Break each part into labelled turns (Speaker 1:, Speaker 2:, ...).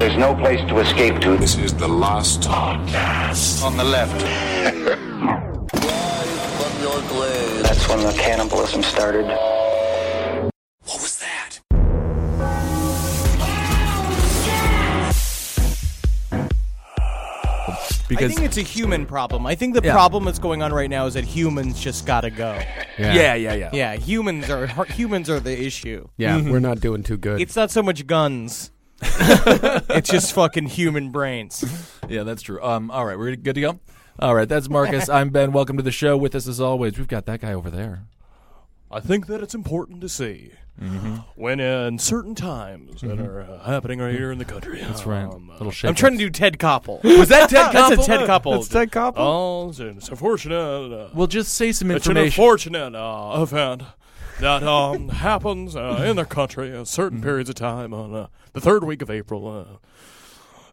Speaker 1: There's no place to escape to.
Speaker 2: This is the last podcast on the left.
Speaker 1: That's when the cannibalism started.
Speaker 2: What was that?
Speaker 3: because
Speaker 4: I think it's a human problem. I think the
Speaker 3: Yeah.
Speaker 4: problem that's going on right now is that humans just gotta go.
Speaker 3: yeah, yeah, yeah,
Speaker 4: Yeah, humans are humans are the issue.
Speaker 3: Yeah.
Speaker 5: We're not doing too good.
Speaker 4: It's not so much guns. it's just fucking human brains.
Speaker 3: Yeah, that's true. Um, all right, we're good to go. All right, that's Marcus. I'm Ben. Welcome to the show. With us as always, we've got that guy over there.
Speaker 6: I think that it's important to see when uh, in certain times that are uh, happening right here in the country. Um, uh, That's
Speaker 3: Ryan, little shake.
Speaker 4: I'm trying to do Ted Koppel.
Speaker 3: Was that Ted?
Speaker 4: That's
Speaker 3: Koppel?
Speaker 4: a Ted Koppel.
Speaker 6: Oh, it's it's unfortunate. Uh,
Speaker 3: Well, just say some
Speaker 6: it's an
Speaker 3: information.
Speaker 6: unfortunate uh, event that um, happens uh, in the country at certain periods of time on uh, the third week of April. Uh,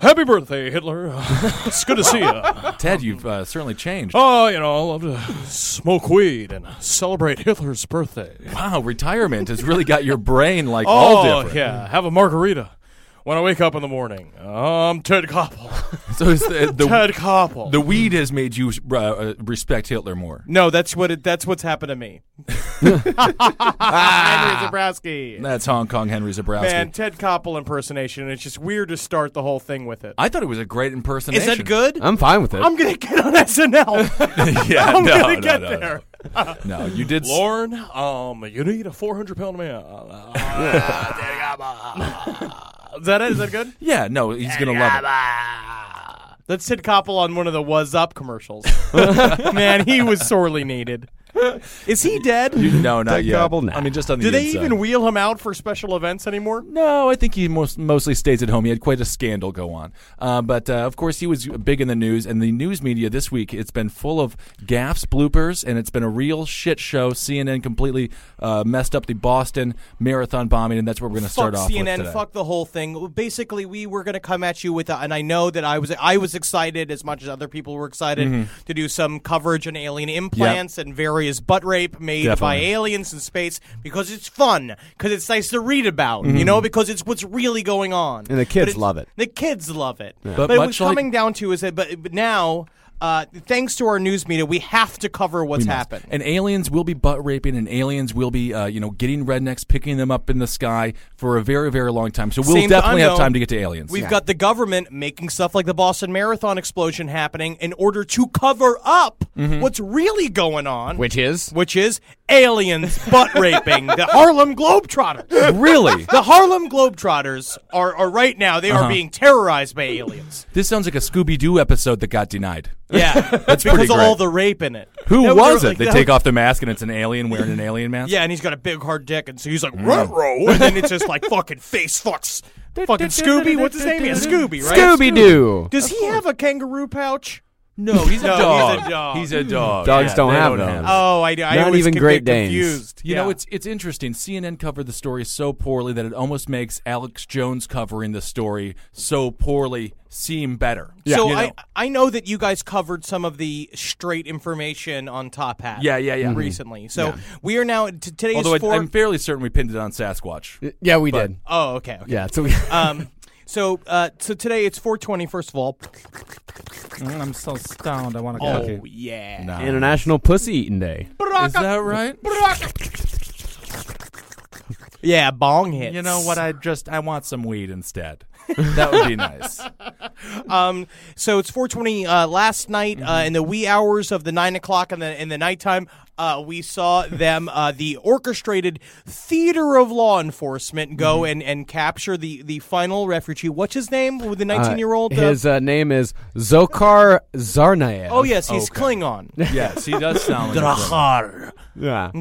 Speaker 6: happy birthday, Hitler! it's good to see you.
Speaker 3: Ted, you've uh, certainly changed.
Speaker 6: Oh, you know, I love to smoke weed and celebrate Hitler's birthday.
Speaker 3: Wow, retirement has really got your brain like
Speaker 4: Oh,
Speaker 3: all different.
Speaker 6: yeah, have a margarita. When I wake up in the morning, I'm Ted Koppel.
Speaker 3: So it's the,
Speaker 6: Ted
Speaker 3: the,
Speaker 6: Koppel.
Speaker 3: the weed has made you uh, uh, respect Hitler more.
Speaker 4: No, that's what it, that's what's happened to me. Henry Zabrowski.
Speaker 3: That's Hong Kong Henry Zabrowski.
Speaker 4: Man, Ted Koppel impersonation. and It's just weird to start the whole thing with it.
Speaker 3: I thought it was a great impersonation.
Speaker 4: Is that good?
Speaker 5: I'm fine with it.
Speaker 4: I'm gonna get on SNL.
Speaker 3: yeah,
Speaker 4: I'm
Speaker 3: no,
Speaker 4: gonna
Speaker 3: no,
Speaker 4: get
Speaker 3: no, no.
Speaker 4: there.
Speaker 3: No. you did. s-
Speaker 6: Lauren, um, you need a 400 pound man.
Speaker 4: Is that it? Is that good?
Speaker 3: yeah, no, he's gonna love it.
Speaker 4: That's Sid Koppel on one of the Was Up commercials. Man, he was sorely needed. Is he dead?
Speaker 3: You- no, not
Speaker 5: Ted
Speaker 3: yet.
Speaker 5: Koppel, nah.
Speaker 3: I mean, just on the
Speaker 4: Do they
Speaker 5: uh,
Speaker 3: inside.
Speaker 4: even wheel him out for special events anymore?
Speaker 3: No, I think he most, mostly stays at home. He had quite a scandal go on. Uh, but uh, of course, he was big in the news, and the news media this week, it's been full of gaffes, bloopers, and it's been a real shit show. CNN completely uh, messed up the Boston Marathon bombing, and that's what we're going to start
Speaker 4: fuck
Speaker 3: off
Speaker 4: CNN,
Speaker 3: with. today.
Speaker 4: fuck the whole thing. Basically, we were going to come at you with, a, and I know that I was I was excited as much as other people were excited
Speaker 3: Mm-hmm.
Speaker 4: to do some coverage on alien implants and various butt rape made by
Speaker 3: Definitely.
Speaker 4: aliens in space because it's fun, because it's nice to read about,
Speaker 3: Mm-hmm.
Speaker 4: you know, because it's what's really going on.
Speaker 5: And the
Speaker 4: But
Speaker 5: kids
Speaker 4: it's-
Speaker 5: love it.
Speaker 4: The kids love it.
Speaker 3: But
Speaker 4: But, it
Speaker 3: much
Speaker 4: was
Speaker 3: like-
Speaker 4: coming down to is that, but, but now. Uh, thanks to our news media, we have to cover what's happened.
Speaker 3: And aliens will be butt raping, and aliens will be, uh, you know, getting rednecks, picking them up in the sky for a very, very long time. So we'll
Speaker 4: Same
Speaker 3: definitely
Speaker 4: time,
Speaker 3: have
Speaker 4: though,
Speaker 3: time to get to aliens.
Speaker 4: We've got the government making stuff like the Boston Marathon explosion happening in order to cover up
Speaker 3: Mm-hmm.
Speaker 4: what's really going on,
Speaker 5: Which is?
Speaker 4: which is aliens butt raping the Harlem Globetrotters.
Speaker 3: really? Uh-huh.
Speaker 4: The Harlem Globetrotters are, are right now they are being terrorized by aliens.
Speaker 3: This sounds like a Scooby Doo episode that got denied.
Speaker 4: Yeah, that's because
Speaker 3: pretty
Speaker 4: of all
Speaker 3: great.
Speaker 4: the rape in it.
Speaker 3: Who
Speaker 4: That
Speaker 3: was it?
Speaker 4: like,
Speaker 3: they
Speaker 4: that
Speaker 3: take
Speaker 4: was-
Speaker 3: off the mask and it's an alien wearing an alien mask.
Speaker 4: Yeah, and he's got a big hard dick, and so he's like row row, and then it's just like fucking face fucks. Fucking Scooby, what's his name? Yeah, Scooby, right?
Speaker 5: Scooby Doo.
Speaker 4: Does he have a kangaroo pouch?
Speaker 3: No, he's a
Speaker 4: No,
Speaker 3: dog.
Speaker 4: he's a dog.
Speaker 3: He's a dog.
Speaker 5: Dogs don't
Speaker 3: they
Speaker 5: have
Speaker 3: don't
Speaker 5: those.
Speaker 3: have
Speaker 4: Oh, I, I
Speaker 5: Not
Speaker 4: always
Speaker 5: even
Speaker 4: can
Speaker 5: Great
Speaker 4: get
Speaker 5: Danes.
Speaker 4: confused.
Speaker 3: You
Speaker 4: Yeah.
Speaker 3: know, it's it's interesting. CNN covered the story so poorly that it almost makes Alex Jones covering the story so poorly seem better.
Speaker 4: so
Speaker 3: You know?
Speaker 4: I I know that you guys covered some of the straight information on Top Hat.
Speaker 3: Yeah, yeah, Mm-hmm. yeah.
Speaker 4: Recently, so we are now t- today
Speaker 3: although
Speaker 4: is
Speaker 3: I,
Speaker 4: four.
Speaker 3: I'm fairly certain we pinned it on Sasquatch.
Speaker 5: Yeah, we did.
Speaker 4: oh, okay, okay.
Speaker 5: Yeah, so we,
Speaker 4: Um, so uh, so today it's 420. First of all,
Speaker 3: I'm so stoned. I want to.
Speaker 4: oh yeah,
Speaker 5: International Pussy Eating Day.
Speaker 3: Is that right?
Speaker 4: yeah, bong hits.
Speaker 3: You know what? I just I want some weed instead. That would be nice.
Speaker 4: Um, so it's 4:20 uh, last night uh,
Speaker 3: Mm-hmm.
Speaker 4: in the wee hours of the nine o'clock in the in the nighttime. Uh, we saw them, uh, the orchestrated theater of law enforcement, go
Speaker 3: Mm-hmm.
Speaker 4: and, and capture the, the final refugee. What's his name? With the 19 year old?
Speaker 5: His uh, name is Zokar Zarnaev.
Speaker 4: oh yes, he's Klingon.
Speaker 3: Yes, he does sound like a
Speaker 4: Drahar,
Speaker 3: villain.
Speaker 5: yeah.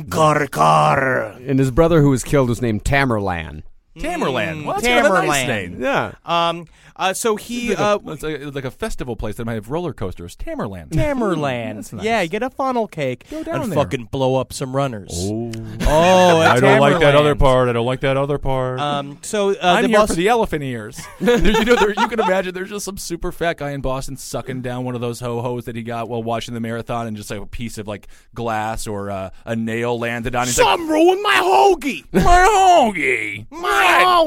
Speaker 4: Garkar.
Speaker 5: And his brother who was killed was named Tamerlan.
Speaker 3: Tamerlan. Well, that's kind of a nice
Speaker 4: Mm, Tamerlan.
Speaker 3: name.
Speaker 5: Yeah.
Speaker 4: Um, uh, so he
Speaker 3: It's
Speaker 4: uh,
Speaker 3: like, a, it's like- it's like a festival place that might have roller coasters. Tamerlan.
Speaker 4: Tamerlan.
Speaker 3: That's nice.
Speaker 4: Yeah, get a funnel cake
Speaker 3: Go down
Speaker 4: and
Speaker 3: there.
Speaker 4: fucking blow up some runners.
Speaker 3: Oh,
Speaker 4: Oh,
Speaker 3: I don't like that other
Speaker 4: Tamerlan.
Speaker 3: part. I don't like that other part.
Speaker 4: Um, so uh,
Speaker 3: I'm
Speaker 4: the
Speaker 3: here
Speaker 4: boss-
Speaker 3: for the elephant ears. There- you know, there, you can imagine there's just some super fat guy in Boston sucking down one of those ho hos that he got while watching the marathon, and just like a piece of like glass or uh, a nail landed on. He's like,
Speaker 4: Some ruined my hoagie.
Speaker 3: my hoagie,
Speaker 4: My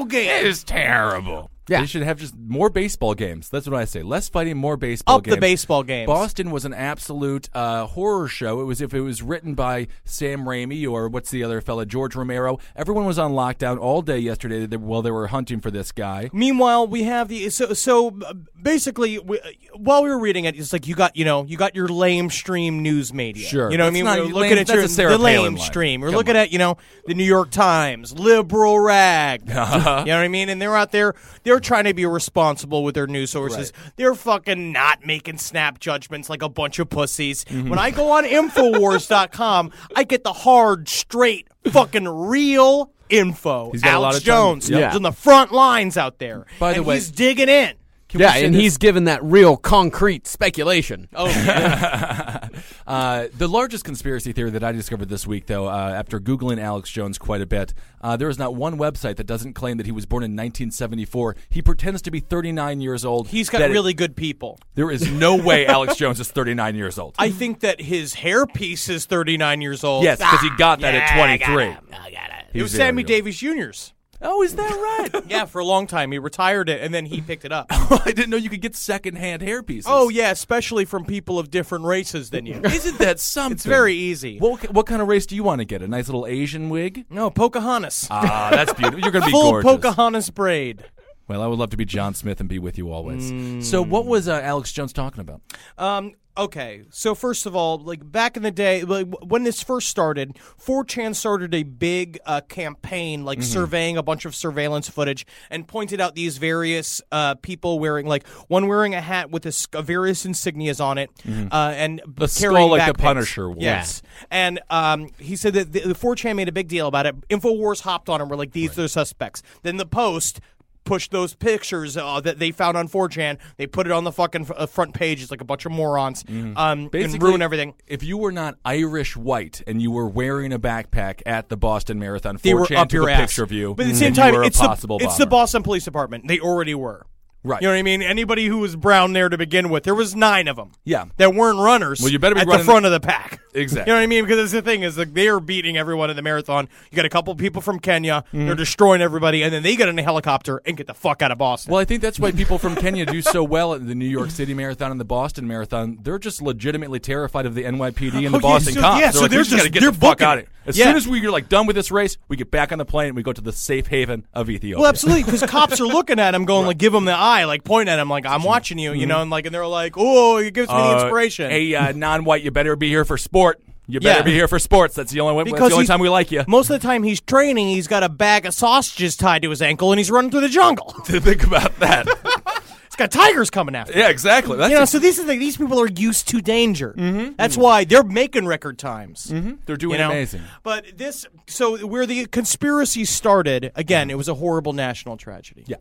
Speaker 4: hoagie.
Speaker 3: is terrible.
Speaker 5: Yeah.
Speaker 3: They should have just more baseball games. That's what I say. Less fighting, more baseball.
Speaker 4: Up the
Speaker 3: games.
Speaker 4: baseball games.
Speaker 3: Boston was an absolute uh, horror show. It was if it was written by Sam Raimi or what's the other fella, George Romero. Everyone was on lockdown all day yesterday they- while they were hunting for this guy.
Speaker 4: Meanwhile, we have the so so uh, basically we, uh, while we were reading it, it's like you got you know you got your lame stream news media.
Speaker 3: Sure.
Speaker 4: you know what I
Speaker 3: That's
Speaker 4: mean.
Speaker 3: not-
Speaker 4: We're
Speaker 3: lame-
Speaker 4: looking at
Speaker 3: that's
Speaker 4: your
Speaker 3: a Sarah
Speaker 4: the lame
Speaker 3: Palin line.
Speaker 4: stream. We're
Speaker 3: Come
Speaker 4: looking
Speaker 3: on.
Speaker 4: at you know the New York Times, liberal rag. you know
Speaker 3: Uh-huh.
Speaker 4: what I mean? And they're out there they're trying to be responsible with their news sources. They're fucking not making snap judgments like a bunch of pussies.
Speaker 3: Mm-hmm.
Speaker 4: When I go on Infowars.com, I get the hard, straight, fucking real. Info.
Speaker 3: He's got a
Speaker 4: Alex
Speaker 3: lot of time-
Speaker 4: Jones
Speaker 3: Yeah.
Speaker 4: is on the front lines out there.
Speaker 3: By the
Speaker 4: And
Speaker 3: way-
Speaker 4: he's digging in.
Speaker 3: Can we
Speaker 5: yeah,
Speaker 3: say
Speaker 5: and
Speaker 3: this?
Speaker 5: he's given that real concrete speculation.
Speaker 4: Oh, yeah.
Speaker 3: Uh, the largest conspiracy theory that I discovered this week, though, uh, after Googling Alex Jones quite a bit, uh, there is not one website that doesn't claim that he was born in 1974. He pretends to be 39 years old.
Speaker 4: he's got
Speaker 3: That it-
Speaker 4: really good people.
Speaker 3: there is no way Alex Jones is 39 years old.
Speaker 4: I think that his hairpiece is 39 years old.
Speaker 3: yes, because he got that
Speaker 4: Ah, I
Speaker 3: at
Speaker 4: got
Speaker 3: 23.
Speaker 4: it. I got it. It was Sammy
Speaker 3: very
Speaker 4: Davis Jr.'s.
Speaker 3: Oh, is that right?
Speaker 4: Yeah, for a long time. He retired it, and then he picked it up.
Speaker 3: I didn't know you could get secondhand hairpieces.
Speaker 4: oh, yeah, especially from people of different races than you.
Speaker 3: Isn't that something?
Speaker 4: It's very easy.
Speaker 3: What, what kind of race do you want to get? A nice little Asian wig?
Speaker 4: no, Pocahontas.
Speaker 3: Ah, that's beautiful. You're going to be
Speaker 4: Full
Speaker 3: gorgeous.
Speaker 4: Pocahontas braid.
Speaker 3: Well, I would love to be John Smith and be with you always.
Speaker 4: Mm.
Speaker 3: So, what was uh, Alex Jones talking about?
Speaker 4: Um, okay, so first of all, like back in the day, like w- when this first started, 4chan started a big uh, campaign, like surveying a bunch of surveillance footage and pointed out these various uh, people wearing, like one wearing a hat with a s- uh, various insignias on it, uh, and b-
Speaker 3: The
Speaker 4: carrying
Speaker 3: skull like the
Speaker 4: backpacks.
Speaker 3: Punisher wore.
Speaker 4: Yes, and um, he said that the, the 4chan made a big deal about it. Infowars hopped on and were like, "These are the suspects." Then the Post pushed those pictures uh, that they found on 4chan. They put it on the fucking f- uh, front page. It's like a bunch of morons
Speaker 3: Mm-hmm.
Speaker 4: um, and ruin everything.
Speaker 3: If you were not Irish white and you were wearing a backpack at the Boston Marathon,
Speaker 4: They
Speaker 3: 4chan
Speaker 4: were up
Speaker 3: took
Speaker 4: your
Speaker 3: a
Speaker 4: ass.
Speaker 3: picture of you.
Speaker 4: but at the
Speaker 3: and
Speaker 4: same
Speaker 3: you
Speaker 4: time,
Speaker 3: were a
Speaker 4: it's
Speaker 3: possible
Speaker 4: the it's the
Speaker 3: bomber.
Speaker 4: Boston Police Department. They already were.
Speaker 3: Right.
Speaker 4: You know what I mean? Anybody who was brown there to begin with, there was nine of them.
Speaker 3: Yeah.
Speaker 4: that weren't runners.
Speaker 3: Well, you better be
Speaker 4: at the
Speaker 3: running-
Speaker 4: front of the pack.
Speaker 3: Exactly.
Speaker 4: You know what I mean? Because that's the thing is like they are beating everyone in the marathon. You got a couple people from Kenya.
Speaker 3: Mm-hmm.
Speaker 4: They're destroying everybody, and then they get in a helicopter and get the fuck out of Boston.
Speaker 3: Well, I think that's why people from Kenya do so well at the New York City Marathon and the Boston Marathon. They're just legitimately terrified of the NYPD and the
Speaker 4: Oh, yeah,
Speaker 3: Boston
Speaker 4: so-
Speaker 3: cops.
Speaker 4: yeah,
Speaker 3: they're
Speaker 4: so
Speaker 3: like,
Speaker 4: they're
Speaker 3: we just, gotta
Speaker 4: just-
Speaker 3: get
Speaker 4: they're
Speaker 3: the fuck
Speaker 4: booking
Speaker 3: out of
Speaker 4: it.
Speaker 3: here. As
Speaker 4: Yeah.
Speaker 3: soon as we're like done with this race, we get back on the plane and we go to the safe haven of Ethiopia.
Speaker 4: Well, absolutely, because cops are looking at him, going like, "Give him the eye," like point at him, like, "I'm watching you," you know, and like, and they're like, "Oh, it gives me the
Speaker 3: Mm-hmm. Uh,
Speaker 4: inspiration."
Speaker 3: Hey, uh, non-white, you better be here for sport. You better
Speaker 4: Yeah.
Speaker 3: be here for sports. That's the only way. That's the only
Speaker 4: he's-
Speaker 3: time we like you.
Speaker 4: Most of the time, he's training. He's got a bag of sausages tied to his ankle, and he's running through the jungle.
Speaker 3: Think about that.
Speaker 4: It's got tigers coming after. him.
Speaker 3: yeah, exactly. That's Mm-hmm.
Speaker 4: You know, so these are the, these people are used to danger. That's why they're making record times. Mm-hmm.
Speaker 3: they're
Speaker 4: you
Speaker 3: doing
Speaker 4: know?
Speaker 3: amazing.
Speaker 4: But this, so where the conspiracy started again, it was a horrible national tragedy.
Speaker 3: Mm-hmm. Yeah.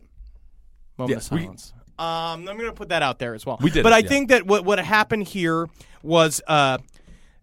Speaker 4: moment
Speaker 3: Yeah,
Speaker 4: of
Speaker 3: we-
Speaker 4: silence. um, I'm going to put that out there as well.
Speaker 3: We did
Speaker 4: but
Speaker 3: it,
Speaker 4: I
Speaker 3: yeah.
Speaker 4: think that what what happened here was uh,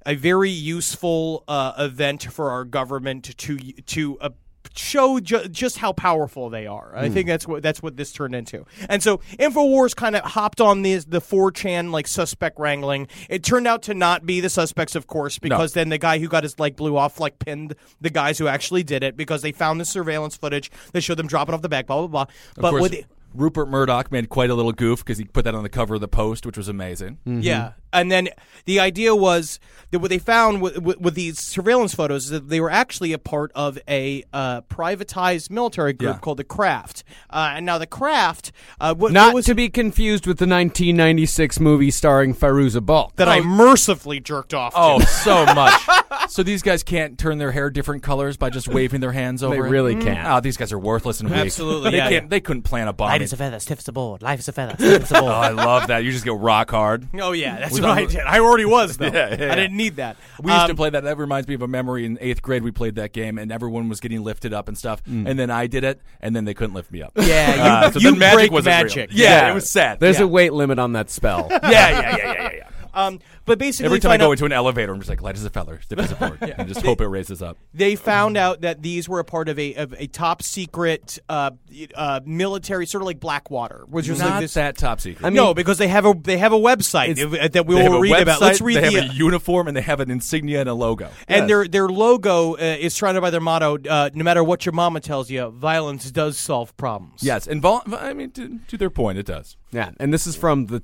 Speaker 4: a very useful uh, event for our government to to. Uh, Show ju- just how powerful they are. I
Speaker 3: Hmm.
Speaker 4: think that's what that's what this turned into. And so Infowars kind of hopped on these the 4chan like suspect wrangling. It turned out to not be the suspects, of course, because then the guy who got his leg blew off like pinned the guys who actually did it because they found the surveillance footage that showed them dropping off the bag. Blah blah blah.
Speaker 3: Of
Speaker 4: but
Speaker 3: course,
Speaker 4: what it-
Speaker 3: Rupert Murdoch made quite a little goof because he put that on the cover of the Post, which was amazing.
Speaker 4: Yeah. and then the idea was that what they found with, with, with these surveillance photos is that they were actually a part of a uh, privatized military group
Speaker 3: Yeah.
Speaker 4: called the Kraft. Uh, and now the Kraft, uh, what,
Speaker 5: Not
Speaker 4: what was
Speaker 5: to be confused with the 1996 movie starring Farouza Balk.
Speaker 4: that I mercifully jerked off.
Speaker 3: Oh,
Speaker 4: to.
Speaker 3: so much. so these guys can't turn their hair different colors by just waving their hands over.
Speaker 5: They
Speaker 3: it?
Speaker 5: really can't.
Speaker 3: Oh, these guys are worthless and weak.
Speaker 4: Absolutely,
Speaker 3: they
Speaker 4: yeah,
Speaker 3: can't.
Speaker 4: yeah.
Speaker 3: They couldn't plan a bomb.
Speaker 7: Light as a feather, stiff as a board. Life is a feather, stiff as a
Speaker 3: Oh,
Speaker 7: board.
Speaker 3: I love that. You just go rock hard.
Speaker 4: Oh yeah, that's
Speaker 3: Without-
Speaker 4: what I did. I already was though.
Speaker 3: Yeah, yeah, yeah.
Speaker 4: I didn't need that.
Speaker 3: We used to
Speaker 4: Um,
Speaker 3: play that. That reminds me of a memory in eighth grade. We played that game, and everyone was getting lifted up and stuff. And then I did it, and then they couldn't lift me up.
Speaker 4: Yeah, you-
Speaker 3: Uh, so
Speaker 4: you
Speaker 3: then magic
Speaker 4: break
Speaker 3: wasn't real.
Speaker 4: magic.
Speaker 3: Yeah,
Speaker 5: Yeah.
Speaker 3: it was sad.
Speaker 5: There's
Speaker 3: yeah.
Speaker 5: a weight limit on that spell.
Speaker 3: yeah, yeah, yeah, yeah, yeah, yeah.
Speaker 4: Um, but basically,
Speaker 3: Every time I
Speaker 4: find
Speaker 3: go
Speaker 4: out-
Speaker 3: into an elevator, I'm just like light as a feather, stiff as a board, and just hope it raises up.
Speaker 4: they found out that these were a part of a of a top secret uh, uh, military, sort of like Blackwater, which was like
Speaker 3: Not
Speaker 4: this.
Speaker 3: that top secret.
Speaker 4: no, because they have a they have a website
Speaker 3: It's-
Speaker 4: uh, that we
Speaker 3: they have
Speaker 4: will
Speaker 3: a
Speaker 4: read about. Let's
Speaker 3: website,
Speaker 4: read
Speaker 3: They
Speaker 4: the. uh,
Speaker 3: have a uniform and they have an insignia and a logo.
Speaker 4: and their their logo uh, is surrounded by their motto: uh, "No matter what your mama tells you, violence does solve problems."
Speaker 3: Yes, and vol- I mean to, to their point, it does.
Speaker 5: Yeah, and this is from the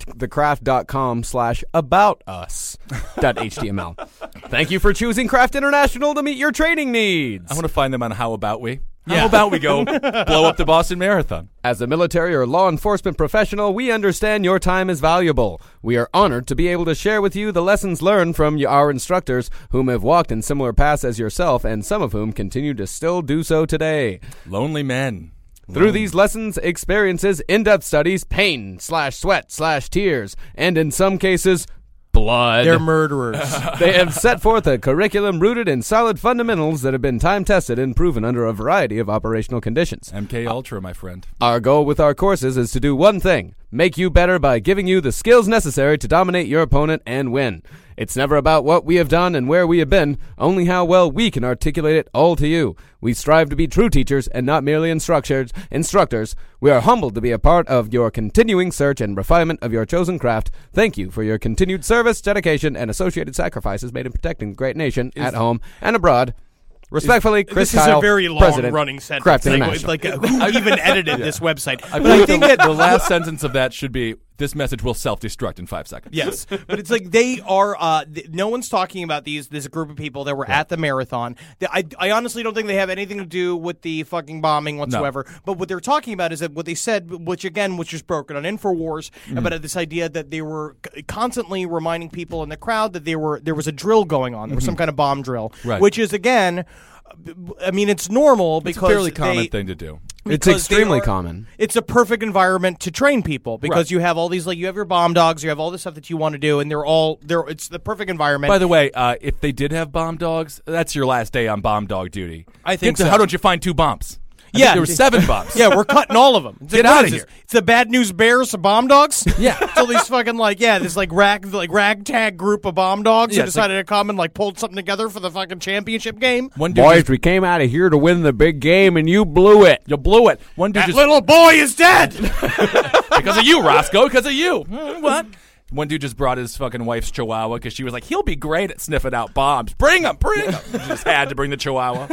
Speaker 5: thecraft.com slash about us dot html. Thank you for choosing Craft International to meet your training needs.
Speaker 3: I want to find them on how about we? How about we go blow up the Boston Marathon?
Speaker 5: As a military or law enforcement professional, we understand your time is valuable. We are honored to be able to share with you the lessons learned from y- our instructors, whom have walked in similar paths as yourself, and some of whom continue to still do so today.
Speaker 3: Lonely men.
Speaker 5: Through these lessons, experiences, in-depth studies, pain slash sweat slash tears, and in some cases, blood.
Speaker 4: they're murderers.
Speaker 5: they have set forth a curriculum rooted in solid fundamentals that have been time tested and proven under a variety of operational conditions.
Speaker 3: MK Ultra, my friend.
Speaker 5: Our goal with our courses is to do one thing make you better by giving you the skills necessary to dominate your opponent and win. It's never about what we have done and where we have been, only how well we can articulate it all to you. We strive to be true teachers and not merely instructors. instructors. We are humbled to be a part of your continuing search and refinement of your chosen craft. Thank you for your continued service, dedication, and associated sacrifices made in protecting the great nation at home and abroad. Respectfully, Chris
Speaker 4: this is
Speaker 5: Kyle,
Speaker 4: a very long
Speaker 5: President,
Speaker 4: running sentence.
Speaker 5: Kraft
Speaker 4: Like,
Speaker 5: International.
Speaker 4: like, uh, who even edited this website?
Speaker 3: I,
Speaker 4: but I
Speaker 3: believe
Speaker 4: think
Speaker 3: the,
Speaker 4: that
Speaker 3: the last sentence of that should be: "This message will self-destruct in five seconds."
Speaker 4: Yes, but it's like they are. Uh, th- no one's talking about these. This group of people that were at the marathon. Th- I, I honestly don't think they have anything to do with the fucking bombing whatsoever. But what they're talking about is that what they said, which again, which is broken on Infowars,
Speaker 3: Mm-hmm.
Speaker 4: about this idea that they were c- constantly reminding people in the crowd that they were there was a drill going on. There was some kind of bomb drill,
Speaker 3: Mm-hmm. Right.
Speaker 4: which is again. b- b- I mean, it's normal
Speaker 3: it's a
Speaker 4: because
Speaker 3: fairly common
Speaker 4: they-
Speaker 3: thing to do.
Speaker 5: It's
Speaker 4: because they
Speaker 5: extremely
Speaker 4: are-
Speaker 5: common.
Speaker 4: It's a perfect environment to train people because
Speaker 3: Right.
Speaker 4: you have all these like you have your bomb dogs, you have all this stuff that you want to do, and they're all they're it's the perfect environment.
Speaker 3: By the way, uh, if they did have bomb dogs, that's your last day on bomb dog duty.
Speaker 4: I think
Speaker 3: Get to-
Speaker 4: so.
Speaker 3: How don't you find two bombs? I think
Speaker 4: Yeah.
Speaker 3: there were seven bombs.
Speaker 4: yeah, we're cutting all of them. It's
Speaker 3: Get
Speaker 4: like, what
Speaker 3: outta
Speaker 4: is this?
Speaker 3: here.
Speaker 4: It's the bad news bears, of bomb dogs.
Speaker 3: Yeah.
Speaker 4: it's all these fucking like yeah, this like rag like ragtag group of bomb dogs
Speaker 3: Yeah,
Speaker 4: who
Speaker 3: it's like-
Speaker 4: decided to come and like pulled something together for the fucking championship game.
Speaker 3: One dude
Speaker 5: Boys,
Speaker 3: just-
Speaker 5: we came out of here to win the big game, and you blew it.
Speaker 3: you blew it. One dude
Speaker 4: That
Speaker 3: just
Speaker 4: little boy is dead.
Speaker 3: because of you, Roscoe. Because of you. Mm, What? One dude just brought his fucking wife's chihuahua because she was like, "He'll be great at sniffing out bombs. Bring him, bring him." just had to bring the chihuahua.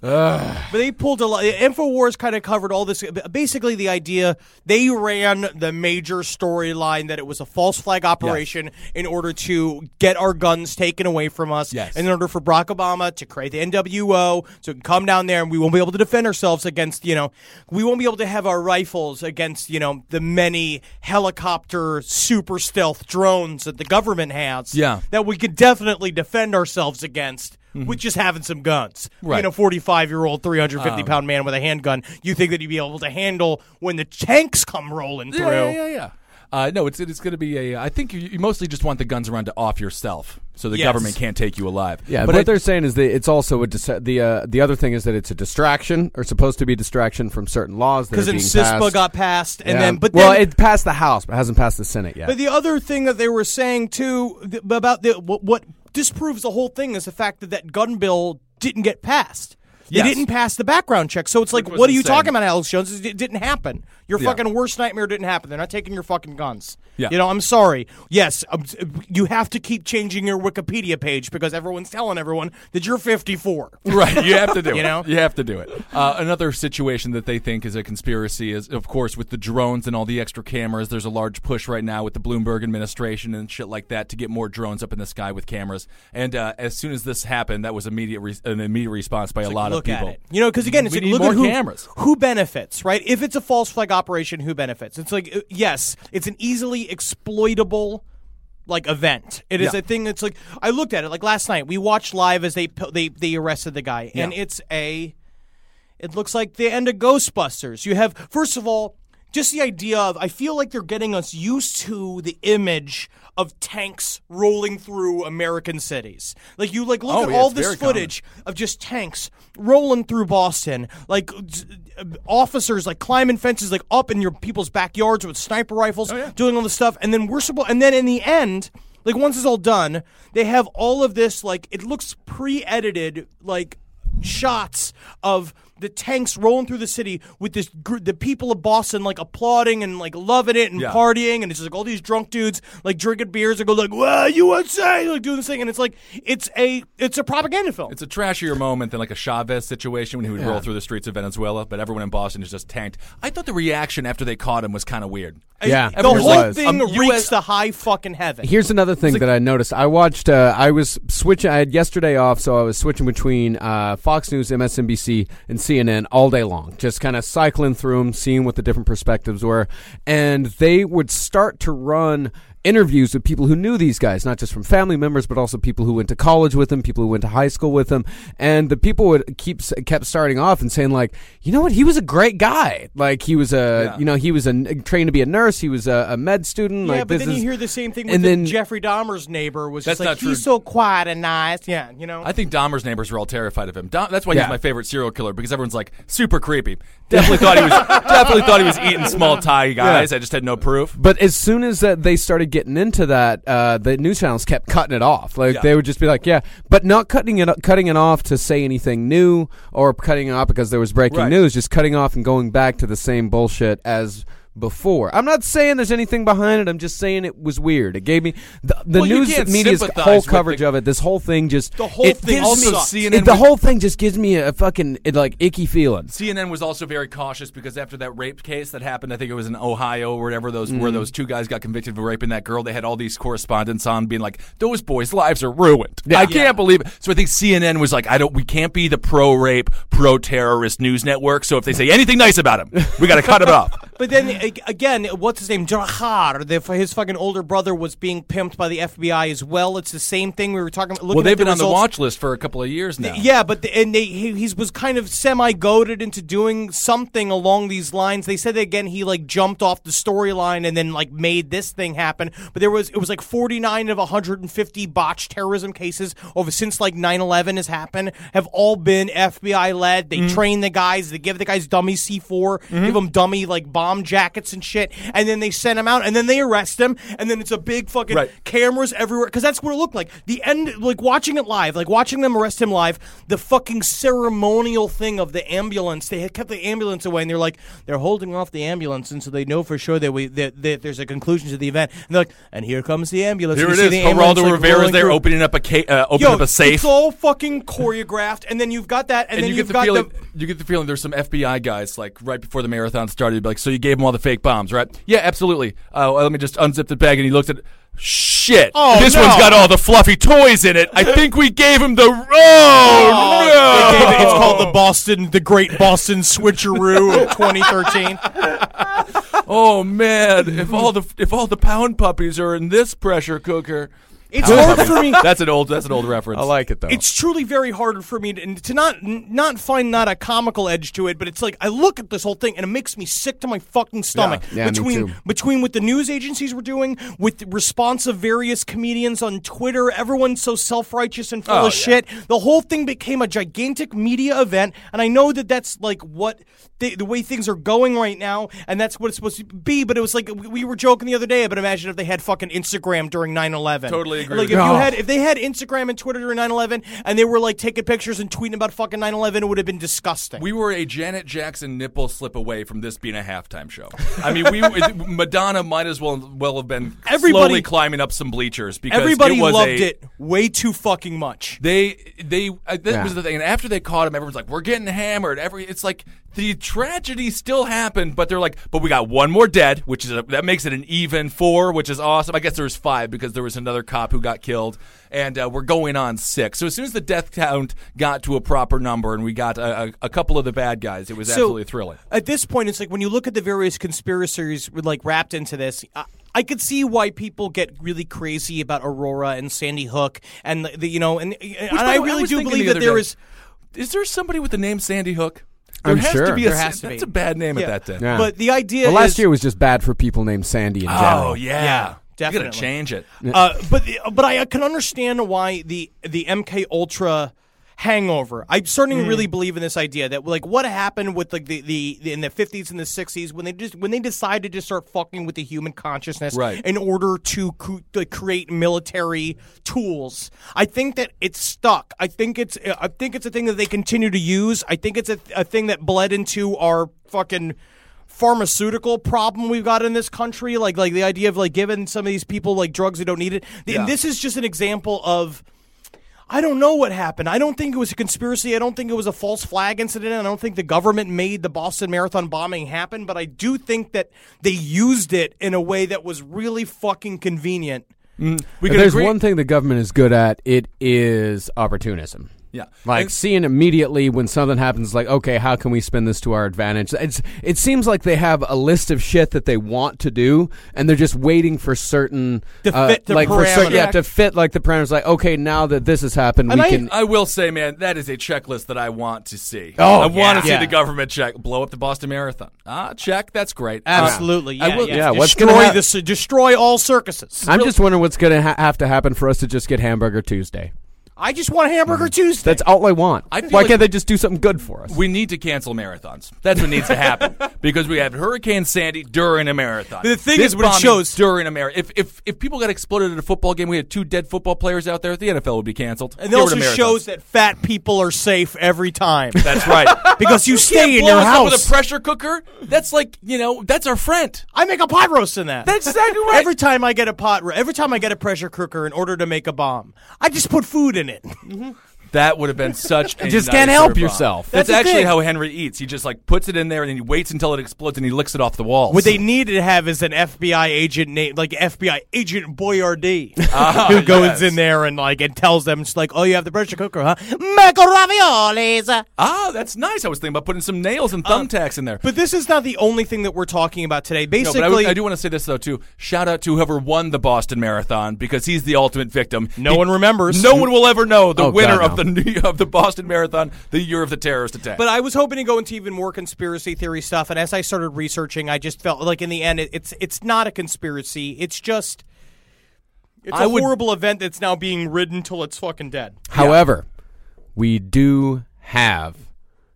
Speaker 4: But they pulled a lot. Infowars kind of covered all this. Basically, the idea they ran the major storyline that it was a false flag operation in order to get our guns taken away from us,
Speaker 3: Yes.
Speaker 4: in order for Barack Obama to create the NWO, so we can come down there and we won't be able to defend ourselves against you know, we won't be able to have our rifles against you know the many helicopter super stealth drones that the government has.
Speaker 3: Yeah.
Speaker 4: that we could definitely defend ourselves against.
Speaker 5: Mm-hmm.
Speaker 4: With just having some guns,
Speaker 3: Right.
Speaker 4: you know, 45 year old,
Speaker 5: Um,
Speaker 4: 350 pound man with a handgun, you think that he'd be able to handle when the tanks come rolling through.
Speaker 3: Yeah, yeah, yeah. yeah. Uh, no, it's it's going to be a. uh, I think you, you mostly just want the guns around to off yourself, so the
Speaker 4: Yes.
Speaker 3: government can't take you alive.
Speaker 5: Yeah,
Speaker 3: but
Speaker 5: what
Speaker 3: I-
Speaker 5: they're saying is that it's also a dis- the uh, the other thing is that it's a distraction or supposed to be a distraction from certain laws that are
Speaker 4: Because then
Speaker 5: being
Speaker 4: CISPA
Speaker 5: passed.
Speaker 4: got passed, and
Speaker 5: Yeah.
Speaker 4: then, but
Speaker 5: well,
Speaker 4: then,
Speaker 5: it passed the House, but hasn't passed the Senate yet.
Speaker 4: but the other thing that they were saying too th- about the what, what disproves the whole thing is the fact that that gun bill didn't get passed. They
Speaker 3: Yes.
Speaker 4: didn't pass the background check. So it's like,
Speaker 3: Which was
Speaker 4: what are you
Speaker 3: insane.
Speaker 4: talking about, Alex Jones? It didn't happen. Your
Speaker 3: Yeah.
Speaker 4: fucking worst nightmare didn't happen. They're not taking your fucking guns.
Speaker 3: Yeah.
Speaker 4: You know, I'm sorry. Yes, um, you have to keep changing your Wikipedia page because everyone's telling everyone that you're 54.
Speaker 3: Right, you have to do it.
Speaker 4: You know?
Speaker 3: you have to do it. Uh, another situation that they think is a conspiracy is, of course, with the drones and all the extra cameras. There's a large push right now with the Bloomberg administration and shit like that to get more drones up in the sky with cameras. And uh, as soon as this happened, that was immediate re- an immediate response by a lot
Speaker 4: look
Speaker 3: of people.
Speaker 4: At it. You know, because again, it's
Speaker 3: We
Speaker 4: like,
Speaker 3: need
Speaker 4: look
Speaker 3: more
Speaker 4: at who,
Speaker 3: cameras.
Speaker 4: who benefits, right? If it's a false flag operation, who benefits? It's like uh, yes, it's an easily exploitable like event. It is
Speaker 3: Yeah.
Speaker 4: a thing that's like I looked at it like last night. We watched live as they pu- they they arrested the guy, and
Speaker 3: Yeah.
Speaker 4: it's a it looks like the end of Ghostbusters. You have, first of all, just the idea of, I feel like they're getting us used to the image of tanks rolling through American cities. Like, you, like, look
Speaker 3: Oh,
Speaker 4: at
Speaker 3: yeah,
Speaker 4: all
Speaker 3: it's
Speaker 4: this
Speaker 3: very common.
Speaker 4: footage of just tanks rolling through Boston. Like, z- uh, officers, like, climbing fences, like, up in your people's backyards with sniper
Speaker 3: Oh,
Speaker 4: rifles, doing all this stuff. And then we're supposed, and then in the end, like, once it's all done, they have all of this, like, it looks pre edited, like, shots of the tanks rolling through the city with this gr- the people of Boston like applauding and like loving it and
Speaker 3: Yeah.
Speaker 4: partying and it's just like all these drunk dudes like drinking beers and go like wow USA like doing this thing and it's like it's a it's a propaganda film
Speaker 3: It's a trashier moment than like a Chavez situation when he would roll through the streets of Venezuela, but everyone in Boston is just tanked. I thought the reaction after they caught him was kind of weird.
Speaker 5: Yeah,
Speaker 4: the
Speaker 5: it
Speaker 4: whole
Speaker 5: was.
Speaker 4: thing
Speaker 3: Um,
Speaker 4: reeks
Speaker 3: US
Speaker 4: to high fucking heaven
Speaker 5: Here's another thing that I noticed. I watched. Uh, I was switching. I had yesterday off, so I was switching between uh, Fox News, MSNBC, and CNN all day long, just kind of cycling through them, seeing what the different perspectives were. And they would start to run interviews with people who knew these guys, not just from family members, but also people who went to college with them, people who went to high school with them. And the people would keep kept starting off and saying like, you know what, he was a great guy. Like he was a, you know, he was a, trained to be a nurse. He was a, a med student.
Speaker 4: yeah
Speaker 5: like,
Speaker 4: but
Speaker 5: this
Speaker 4: then you
Speaker 5: is-
Speaker 4: hear the same thing with
Speaker 5: and
Speaker 4: the
Speaker 5: then
Speaker 4: Jeffrey Dahmer's neighbor was
Speaker 3: That's
Speaker 4: just like
Speaker 3: not true.
Speaker 4: he's so quiet and nice yeah you know
Speaker 3: I think Dahmer's neighbors were all terrified of him. Dah- that's why
Speaker 5: Yeah.
Speaker 3: he's my favorite serial killer because everyone's like super creepy. Definitely thought he was definitely thought he was eating small Thai guys. I just had no proof.
Speaker 5: But as soon as that they started getting into that, uh, the news channels kept cutting it off. Like
Speaker 3: Yeah.
Speaker 5: they would just be like, "Yeah," but not cutting it cutting it off to say anything new or cutting it off because there was breaking
Speaker 3: Right.
Speaker 5: news. Just cutting off and going back to the same bullshit as before. I'm not saying there's anything behind it. I'm just saying it was weird. It gave me the, the
Speaker 3: Well, you
Speaker 5: news
Speaker 3: can't
Speaker 5: media's
Speaker 3: sympathize
Speaker 5: whole
Speaker 3: with
Speaker 5: coverage
Speaker 3: the-
Speaker 5: of it. This whole thing just
Speaker 4: The whole
Speaker 5: it
Speaker 4: thing
Speaker 5: gives
Speaker 3: also
Speaker 5: me-
Speaker 3: CNN
Speaker 5: it- the
Speaker 3: was-
Speaker 5: whole thing just gives me a fucking it, like icky feeling.
Speaker 3: CNN was also very cautious because after that rape case that happened, I think it was in Ohio or whatever those where those two guys got convicted for raping that girl. They had all these correspondents on being like, "Those boys' lives are ruined." I can't believe it. So I think CNN was like, "I don't. We can't be the pro rape, pro terrorist news network. So if they say anything nice about him, we got to cut him off."
Speaker 4: But then ag- again, what's his name? Jahar, the, his fucking older brother was being pimped by the FBI as well. It's the same thing we were talking about.
Speaker 3: Well, they've been on the watch list for a couple of years now.
Speaker 4: Yeah, but the, and they, he he's, was kind of semi goaded into doing something along these lines. They said that again he like jumped off the storyline and then like made this thing happen. But there was it was like 49 of 150 botched terrorism cases over since like 9/11 has happened have all been FBI led. They
Speaker 3: Mm-hmm.
Speaker 4: train the guys, they give the guys dummy C4, give them dummy like bomb jackets and shit, and then they send them out and then they arrest them and then it's a big fucking
Speaker 3: Right.
Speaker 4: cameras everywhere because that's what it looked like. The end, like watching it live, like watching them arrest him live. The fucking ceremonial thing of the ambulance. They had kept the ambulance away, and they're like they're holding off the ambulance, and so they know for sure that we that, that there's a conclusion to the event. And they're like, and here comes the ambulance.
Speaker 3: Here
Speaker 4: You
Speaker 3: it
Speaker 4: see
Speaker 3: is.
Speaker 4: the ambulance,
Speaker 3: Geraldo
Speaker 4: like,
Speaker 3: Rivera's
Speaker 4: rolling
Speaker 3: there
Speaker 4: through.
Speaker 3: opening up a ca- uh, opening
Speaker 4: Yo,
Speaker 3: up a safe.
Speaker 4: It's all fucking choreographed, and then you've got that, and,
Speaker 3: and
Speaker 4: then
Speaker 3: you
Speaker 4: have
Speaker 3: get the
Speaker 4: got
Speaker 3: feeling
Speaker 4: the
Speaker 3: you get the feeling there's some FBI guys like right before the marathon started. you'd be Like, so you gave him all the fake bombs, right? Yeah, absolutely. Uh, well, let me just unzip the bag, and he looked at. Shit!
Speaker 4: Oh,
Speaker 3: this
Speaker 4: no.
Speaker 3: one's got all the fluffy toys in it. I think we gave him the. Oh, no!
Speaker 4: They gave it- it's called the Boston, the Great Boston Switcheroo of 2013.
Speaker 3: Oh man! If all the if all the pound puppies are in this pressure cooker,
Speaker 4: It's
Speaker 3: Pound
Speaker 4: hard
Speaker 3: puppies.
Speaker 4: for me.
Speaker 3: That's an old that's an old reference.
Speaker 5: it though.
Speaker 4: It's truly very hard for me to, to not n- not find not a comical edge to it, but it's like I look at this whole thing and it makes me sick to my fucking stomach.
Speaker 5: Yeah, me
Speaker 4: between
Speaker 5: too.
Speaker 4: between what the news agencies were doing, with the response of various comedians on Twitter, everyone's so self righteous and full
Speaker 3: Oh,
Speaker 4: of
Speaker 3: yeah.
Speaker 4: shit. The whole thing became a gigantic media event, and I know that that's like what th- the way things are going right now, and that's what it's supposed to be. But it was like we- we were joking the other day, but imagine if they had fucking Instagram during 9-11.
Speaker 3: Totally totally agree
Speaker 4: Like
Speaker 3: with
Speaker 4: if
Speaker 3: you.
Speaker 4: you had if they had Instagram and Twitter during 9/11 and they were like taking pictures and tweeting about fucking 9/11, it would have been disgusting.
Speaker 3: We were a Janet Jackson nipple slip away from this being a halftime show. I mean, we Madonna might as well well have been
Speaker 4: Everybody-
Speaker 3: slowly climbing up some bleachers because
Speaker 4: Everybody
Speaker 3: it was
Speaker 4: loved
Speaker 3: a-
Speaker 4: it way too fucking much.
Speaker 3: They they uh, that
Speaker 5: Yeah.
Speaker 3: was the thing. And after they caught him, everyone's like, "We're getting hammered." Every it's like the tragedy still happened, but they're like, "But we got one more dead, which is a, that makes it an even four, which is awesome." I guess there was five because there was another cop who got killed, and uh, we're going on six. So as soon as the death count got to a proper number, and we got a, a, a couple of the bad guys, it was absolutely thrilling.
Speaker 4: At this point, it's like when you look at the various conspiracies like wrapped into this. I, I could see why people get really crazy about Aurora and Sandy Hook, and the, the you know, and, and
Speaker 3: by
Speaker 4: I
Speaker 3: the way, I
Speaker 4: really
Speaker 3: was
Speaker 4: do
Speaker 3: thinking
Speaker 4: believe
Speaker 3: the
Speaker 4: that
Speaker 3: other
Speaker 4: there
Speaker 3: day-
Speaker 4: is.
Speaker 3: Is there somebody with the name Sandy Hook? There
Speaker 5: I'm
Speaker 3: has to
Speaker 5: sure.
Speaker 3: be a
Speaker 4: There has to
Speaker 3: that's
Speaker 4: be.
Speaker 3: a bad name
Speaker 4: Yeah.
Speaker 3: at that day.
Speaker 5: Yeah.
Speaker 4: But the idea
Speaker 5: Well, last
Speaker 4: is,
Speaker 5: year was just bad for people named Sandy in general.
Speaker 3: Oh yeah,
Speaker 4: Yeah,
Speaker 3: You gotta
Speaker 4: definitely.
Speaker 3: change it.
Speaker 4: Uh, but but I can understand why the the MK Ultra hangover. I'm starting to really believe in this idea that like what happened with like the, the, the in the 50s and the 60s when they just when they decided to start fucking with the human consciousness
Speaker 3: Right.
Speaker 4: in order to, co- to create military tools. I think that it's stuck. I think it's I think it's a thing that they continue to use. I think it's a, a thing that bled into our fucking pharmaceutical problem we've got in this country like like the idea of like giving some of these people like drugs who don't need it Th- and this is just an example of I don't know what happened. I don't think it was a conspiracy. I don't think it was a false flag incident. I don't think the government made the Boston Marathon bombing happen, but I do think that they used it in a way that was really fucking convenient.
Speaker 3: We
Speaker 5: If
Speaker 3: could
Speaker 5: there's
Speaker 3: agree-
Speaker 5: one thing the government is good at, it is opportunism.
Speaker 3: Yeah.
Speaker 5: Like
Speaker 3: And-
Speaker 5: seeing immediately when something happens, like, okay, how can we spin this to our advantage? It's, it seems like they have a list of shit that they want to do, and they're just waiting for certain
Speaker 4: To
Speaker 5: uh,
Speaker 4: fit the
Speaker 5: like for certain,
Speaker 4: parameters.
Speaker 5: yeah, to fit like the parameters. Like, okay, now that this has happened,
Speaker 4: And
Speaker 5: we
Speaker 4: I-
Speaker 5: can.
Speaker 3: I uh, will say, man, that is a checklist that I want to see.
Speaker 5: Oh,
Speaker 3: I want to see
Speaker 4: yeah.
Speaker 3: the government check. Blow up the Boston Marathon. Ah, check. That's great.
Speaker 4: Absolutely.
Speaker 3: I
Speaker 4: Yeah.
Speaker 3: will-
Speaker 4: yeah.
Speaker 5: yeah, what's gonna
Speaker 4: destroy
Speaker 5: hap-
Speaker 4: this destroy all circuses.
Speaker 5: I'm just wondering what's going to ha- have to happen for us to just get Hamburger Tuesday.
Speaker 4: I just want hamburger Tuesday.
Speaker 5: Mm-hmm. That's all I want.
Speaker 3: I feel
Speaker 5: Why
Speaker 3: like-
Speaker 5: can't they just do something good for us?
Speaker 3: Uh, we need to cancel marathons. That's what needs to happen because we have Hurricane Sandy during a marathon.
Speaker 4: The thing
Speaker 3: This
Speaker 4: is, what it
Speaker 3: bombing
Speaker 4: shows-
Speaker 3: during a marathon. If, if if people got exploded at a football game, we had two dead football players out there. The NFL would be canceled.
Speaker 4: and it
Speaker 3: Get rid
Speaker 4: also
Speaker 3: of marathons.
Speaker 4: shows that fat people are safe every time.
Speaker 3: That's right.
Speaker 4: because you,
Speaker 3: Can't
Speaker 4: stay in
Speaker 3: blow
Speaker 4: your
Speaker 3: us up with
Speaker 4: house.
Speaker 3: a pressure cooker. That's like you know, that's our friend.
Speaker 4: I make a pot roast in that.
Speaker 3: That's exactly right.
Speaker 4: Every time I get a pot, ro- every time I get a pressure cooker in order to make a bomb, I just put food in it.
Speaker 3: That would have been such. a
Speaker 5: just
Speaker 3: nicer
Speaker 5: can't help
Speaker 3: bomb.
Speaker 5: yourself.
Speaker 4: That's
Speaker 3: That's,
Speaker 4: the
Speaker 3: actually
Speaker 4: thing.
Speaker 3: how Henry eats. He just like puts it in there and then he waits until it explodes and he licks it off the walls.
Speaker 4: What they need to have is an FBI agent named, like FBI agent Boyardee, who goes
Speaker 3: yes.
Speaker 4: in there and like and tells them, it's like, oh, you have the pressure cooker, huh? Make a raviolis.
Speaker 3: ah, that's nice. I was thinking about putting some nails and thumbtacks in there.
Speaker 4: Uh, But this is not the only thing that we're talking about today.
Speaker 3: No,
Speaker 4: Basically,
Speaker 3: but I, would- I do want to say this though too. Shout out to whoever won the Boston Marathon because he's the ultimate victim.
Speaker 4: No
Speaker 3: He-
Speaker 4: one remembers.
Speaker 3: No one will ever know the
Speaker 5: Oh, God,
Speaker 3: winner of
Speaker 5: no.
Speaker 3: the New- of the Boston Marathon, the year of the terrorist attack.
Speaker 4: But I was hoping to go into even more conspiracy theory stuff, and as I started researching, I just felt like in the end, it, it's it's not a conspiracy. It's just it's
Speaker 3: I
Speaker 4: a
Speaker 3: would-
Speaker 4: horrible event that's now being ridden till it's fucking dead.
Speaker 5: However, we do have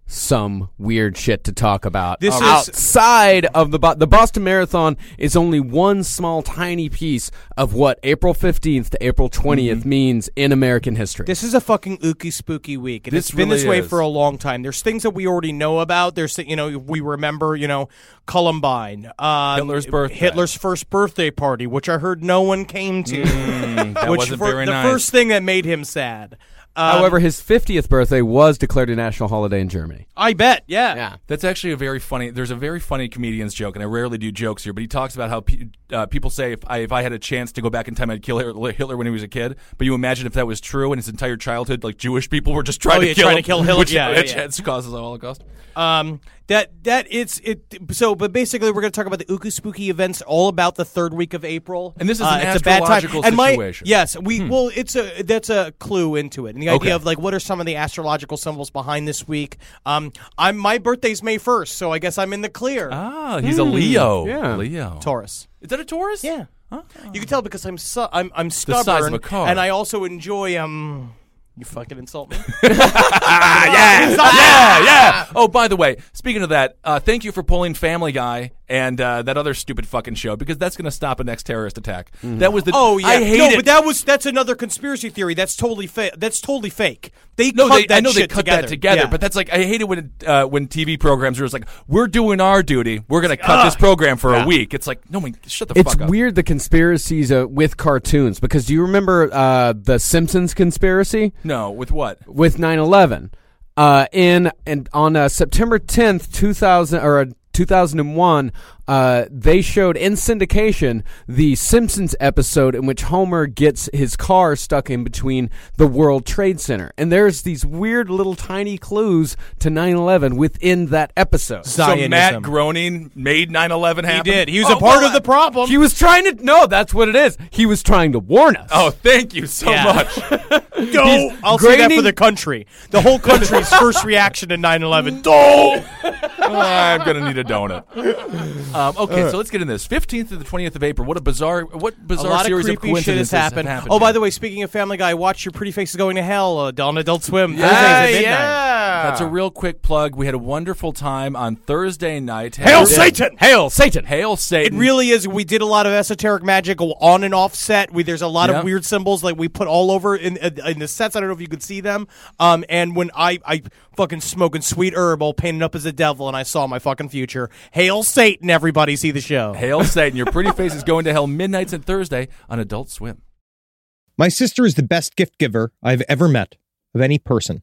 Speaker 5: some weird shit to talk about
Speaker 4: This is-
Speaker 5: outside of the Bo- the Boston Marathon is only one small tiny piece of what April 15th to April 20th means in American history.
Speaker 4: Mm-hmm. This is a fucking ooky spooky week, and
Speaker 3: This
Speaker 4: it's been this
Speaker 3: really
Speaker 4: way
Speaker 3: is.
Speaker 4: for a long time. There's things that we already know about. There's thi- you know we remember you know Columbine, um,
Speaker 3: Hitler's birthday.
Speaker 4: Hitler's first birthday party, which I heard no one came to,
Speaker 3: Mm. that
Speaker 4: which
Speaker 3: wasn't
Speaker 4: fir-
Speaker 3: very
Speaker 4: the
Speaker 3: nice.
Speaker 4: first thing that made him sad. Um,
Speaker 5: However, his 50th birthday was declared a national holiday in Germany.
Speaker 4: I bet, yeah.
Speaker 3: That's actually a very funny. There's a very funny comedian's joke, and I rarely do jokes here, but he talks about how pe- uh, people say if I if I had a chance to go back in time, I'd kill Hitler, Hitler when he was a kid. But you imagine if that was true, and his entire childhood, like Jewish people were just trying
Speaker 4: Oh,
Speaker 3: to
Speaker 4: yeah,
Speaker 3: kill
Speaker 4: trying
Speaker 3: him,
Speaker 4: to kill Hitler.
Speaker 3: which,
Speaker 4: Yeah, yeah,
Speaker 3: which
Speaker 4: yeah.
Speaker 3: causes the Holocaust.
Speaker 4: Um, that that it's it. So, but basically, we're going to talk about the Uku Spooky events all about the third week of April.
Speaker 3: And this is
Speaker 4: Uh,
Speaker 3: an
Speaker 4: it's a bad time.
Speaker 3: astrological
Speaker 4: And my-
Speaker 3: situation. Hmm.
Speaker 4: yes, we well, it's a that's a clue into it, and the idea
Speaker 3: Okay.
Speaker 4: of like what are some of the astrological symbols behind this week. Um, I'm my birthday's May first, so I guess I'm in the clear.
Speaker 3: Ah, he's a Leo.
Speaker 5: yeah.
Speaker 3: Leo.
Speaker 4: Taurus.
Speaker 3: Is that a Taurus?
Speaker 4: Hmm. Yeah. You can tell because I'm su- I'm I'm
Speaker 3: size
Speaker 4: stubborn,
Speaker 3: of a car.
Speaker 4: and I also enjoy um. You fucking insult me.
Speaker 3: uh, yeah, yeah. Oh, by the way, speaking of that, uh, thank you for pulling Family Guy and uh, that other stupid fucking show because that's going to stop a next terrorist attack.
Speaker 4: Mm-hmm.
Speaker 3: That was the
Speaker 6: Oh yeah,
Speaker 3: I hate
Speaker 6: no,
Speaker 3: it.
Speaker 6: but that was that's another conspiracy theory. That's totally fake. That's totally fake. They
Speaker 3: no,
Speaker 6: cut
Speaker 3: they,
Speaker 6: that
Speaker 3: I know
Speaker 6: shit
Speaker 3: they cut
Speaker 6: together.
Speaker 3: that together,
Speaker 6: Yeah.
Speaker 3: but that's like I hate it when uh, when TV programs are just like, "We're doing our duty. We're going to cut this program for a week." It's like, no one, shut the
Speaker 5: It's
Speaker 3: fuck up.
Speaker 5: weird the conspiracies uh, with cartoons because do you remember uh, the Simpsons conspiracy
Speaker 3: No, with what?
Speaker 5: with 9/11? Uh, in and on uh, September 10th, 2000 or uh, 2001, uh, they showed in syndication the Simpsons episode in which Homer gets his car stuck in between the World Trade Center, and there's these weird little tiny clues to 9/11 within that episode.
Speaker 3: So Matt Groening made 9/11 happen.
Speaker 6: he did. He was
Speaker 3: Oh,
Speaker 6: a part
Speaker 3: well,
Speaker 6: of the problem.
Speaker 5: He was trying to no, that's what it is. He was trying to warn us.
Speaker 3: Oh, thank you so much.
Speaker 6: Go.
Speaker 3: Oh,
Speaker 6: I'll say that for
Speaker 5: graining-
Speaker 6: the country. The whole country's first reaction to 9/11.
Speaker 3: I'm gonna need a donut. Um, okay, so let's get in this. 15th to the 20th of April. What a bizarre, what
Speaker 6: Uh. A
Speaker 3: bizarre
Speaker 6: lot of
Speaker 3: series
Speaker 6: creepy
Speaker 3: of
Speaker 6: shit
Speaker 3: coincidences
Speaker 6: has happened.
Speaker 3: Have happened.
Speaker 6: Oh, by the way, speaking of Family Guy, watch Your Pretty Face is Going to Hell uh, on Adult Swim. Thursdays
Speaker 3: Ah,
Speaker 6: at midnight.
Speaker 3: That's a real quick plug. We had a wonderful time on Thursday night.
Speaker 6: Hail
Speaker 3: Hail
Speaker 6: Satan! Hail
Speaker 3: Satan! Hail
Speaker 6: It
Speaker 3: Satan!
Speaker 6: really is. We did a lot of esoteric magic on and off set. We, there's a lot
Speaker 3: Yeah.
Speaker 6: of weird symbols like we put all over in in the sets. I don't know if you could see them. Um, and when I I fucking smoking sweet herb, all painted up as a devil, and I saw my fucking future. Hail Satan! Everybody, see the show.
Speaker 3: Hail Satan! Your pretty face is going to hell. Midnights and Thursday on Adult Swim.
Speaker 4: My sister is the best gift giver I've ever met of any person.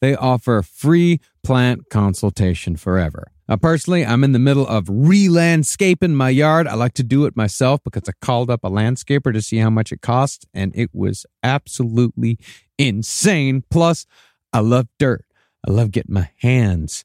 Speaker 5: they offer free plant consultation forever. Uh, personally, I'm in the middle of re landscaping my yard. I like to do it myself because I called up a landscaper to see how much it cost, and it was absolutely insane. Plus, I love dirt. I love getting my hands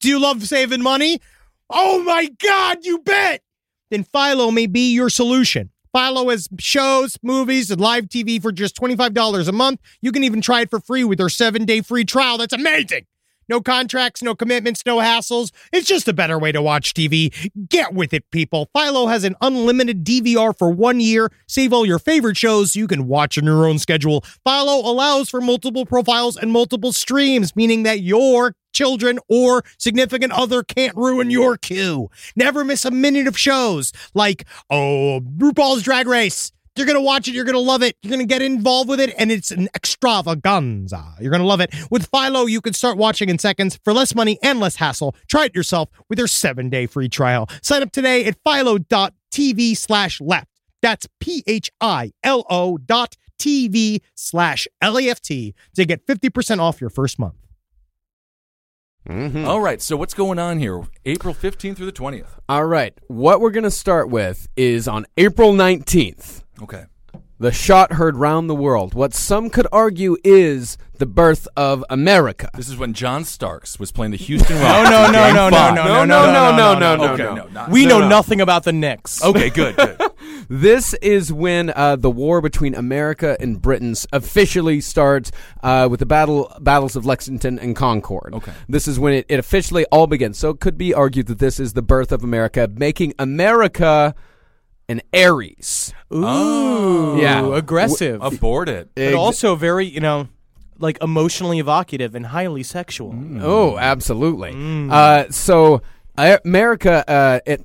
Speaker 4: Do you love saving money? Oh my God, you bet. Then Philo may be your solution. Philo has shows, movies, and live TV for just $25 a month. You can even try it for free with their seven day free trial. That's amazing. No contracts, no commitments, no hassles. It's just a better way to watch TV. Get with it, people. Philo has an unlimited DVR for one year. Save all your favorite shows so you can watch on your own schedule. Philo allows for multiple profiles and multiple streams, meaning that your children or significant other can't ruin your queue. Never miss a minute of shows like, oh, RuPaul's Drag Race. You're going to watch it. You're going to love it. You're going to get involved with it. And it's an extravaganza. You're going to love it. With Philo, you can start watching in seconds for less money and less hassle. Try it yourself with your seven day free trial. Sign up today at philo.tv slash left. That's P H I L O dot TV slash L E F T to get 50% off your first month.
Speaker 6: Mm-hmm.
Speaker 3: All right, so what's going on here? April 15th through the 20th.
Speaker 5: All right. What we're going to start with is on April 19th,
Speaker 3: Okay.
Speaker 5: the shot heard round the world. What some could argue is the birth of America.
Speaker 3: This is when John Starks was playing the Houston Rockets.
Speaker 6: no,
Speaker 3: in
Speaker 6: no,
Speaker 3: game
Speaker 6: no, no,
Speaker 3: five.
Speaker 6: no,
Speaker 5: No, no, no, no, no, no,
Speaker 3: Okay,
Speaker 5: no.
Speaker 3: no, not-
Speaker 6: We
Speaker 5: No,
Speaker 6: know
Speaker 5: no.
Speaker 6: nothing about the Knicks.
Speaker 3: Okay, good, good.
Speaker 5: This is when uh, the war between America and Britain officially starts uh, with the battle battles of Lexington and Concord.
Speaker 3: Okay.
Speaker 5: This is when it, it officially all begins. So it could be argued that this is the birth of America, making America an Aries.
Speaker 6: Ooh,
Speaker 3: Oh.
Speaker 5: Yeah.
Speaker 6: aggressive.
Speaker 3: Abort it.
Speaker 6: but also very, you know, like emotionally evocative and highly sexual.
Speaker 3: Mm.
Speaker 5: Oh, absolutely. Uh, so uh, America, uh, it,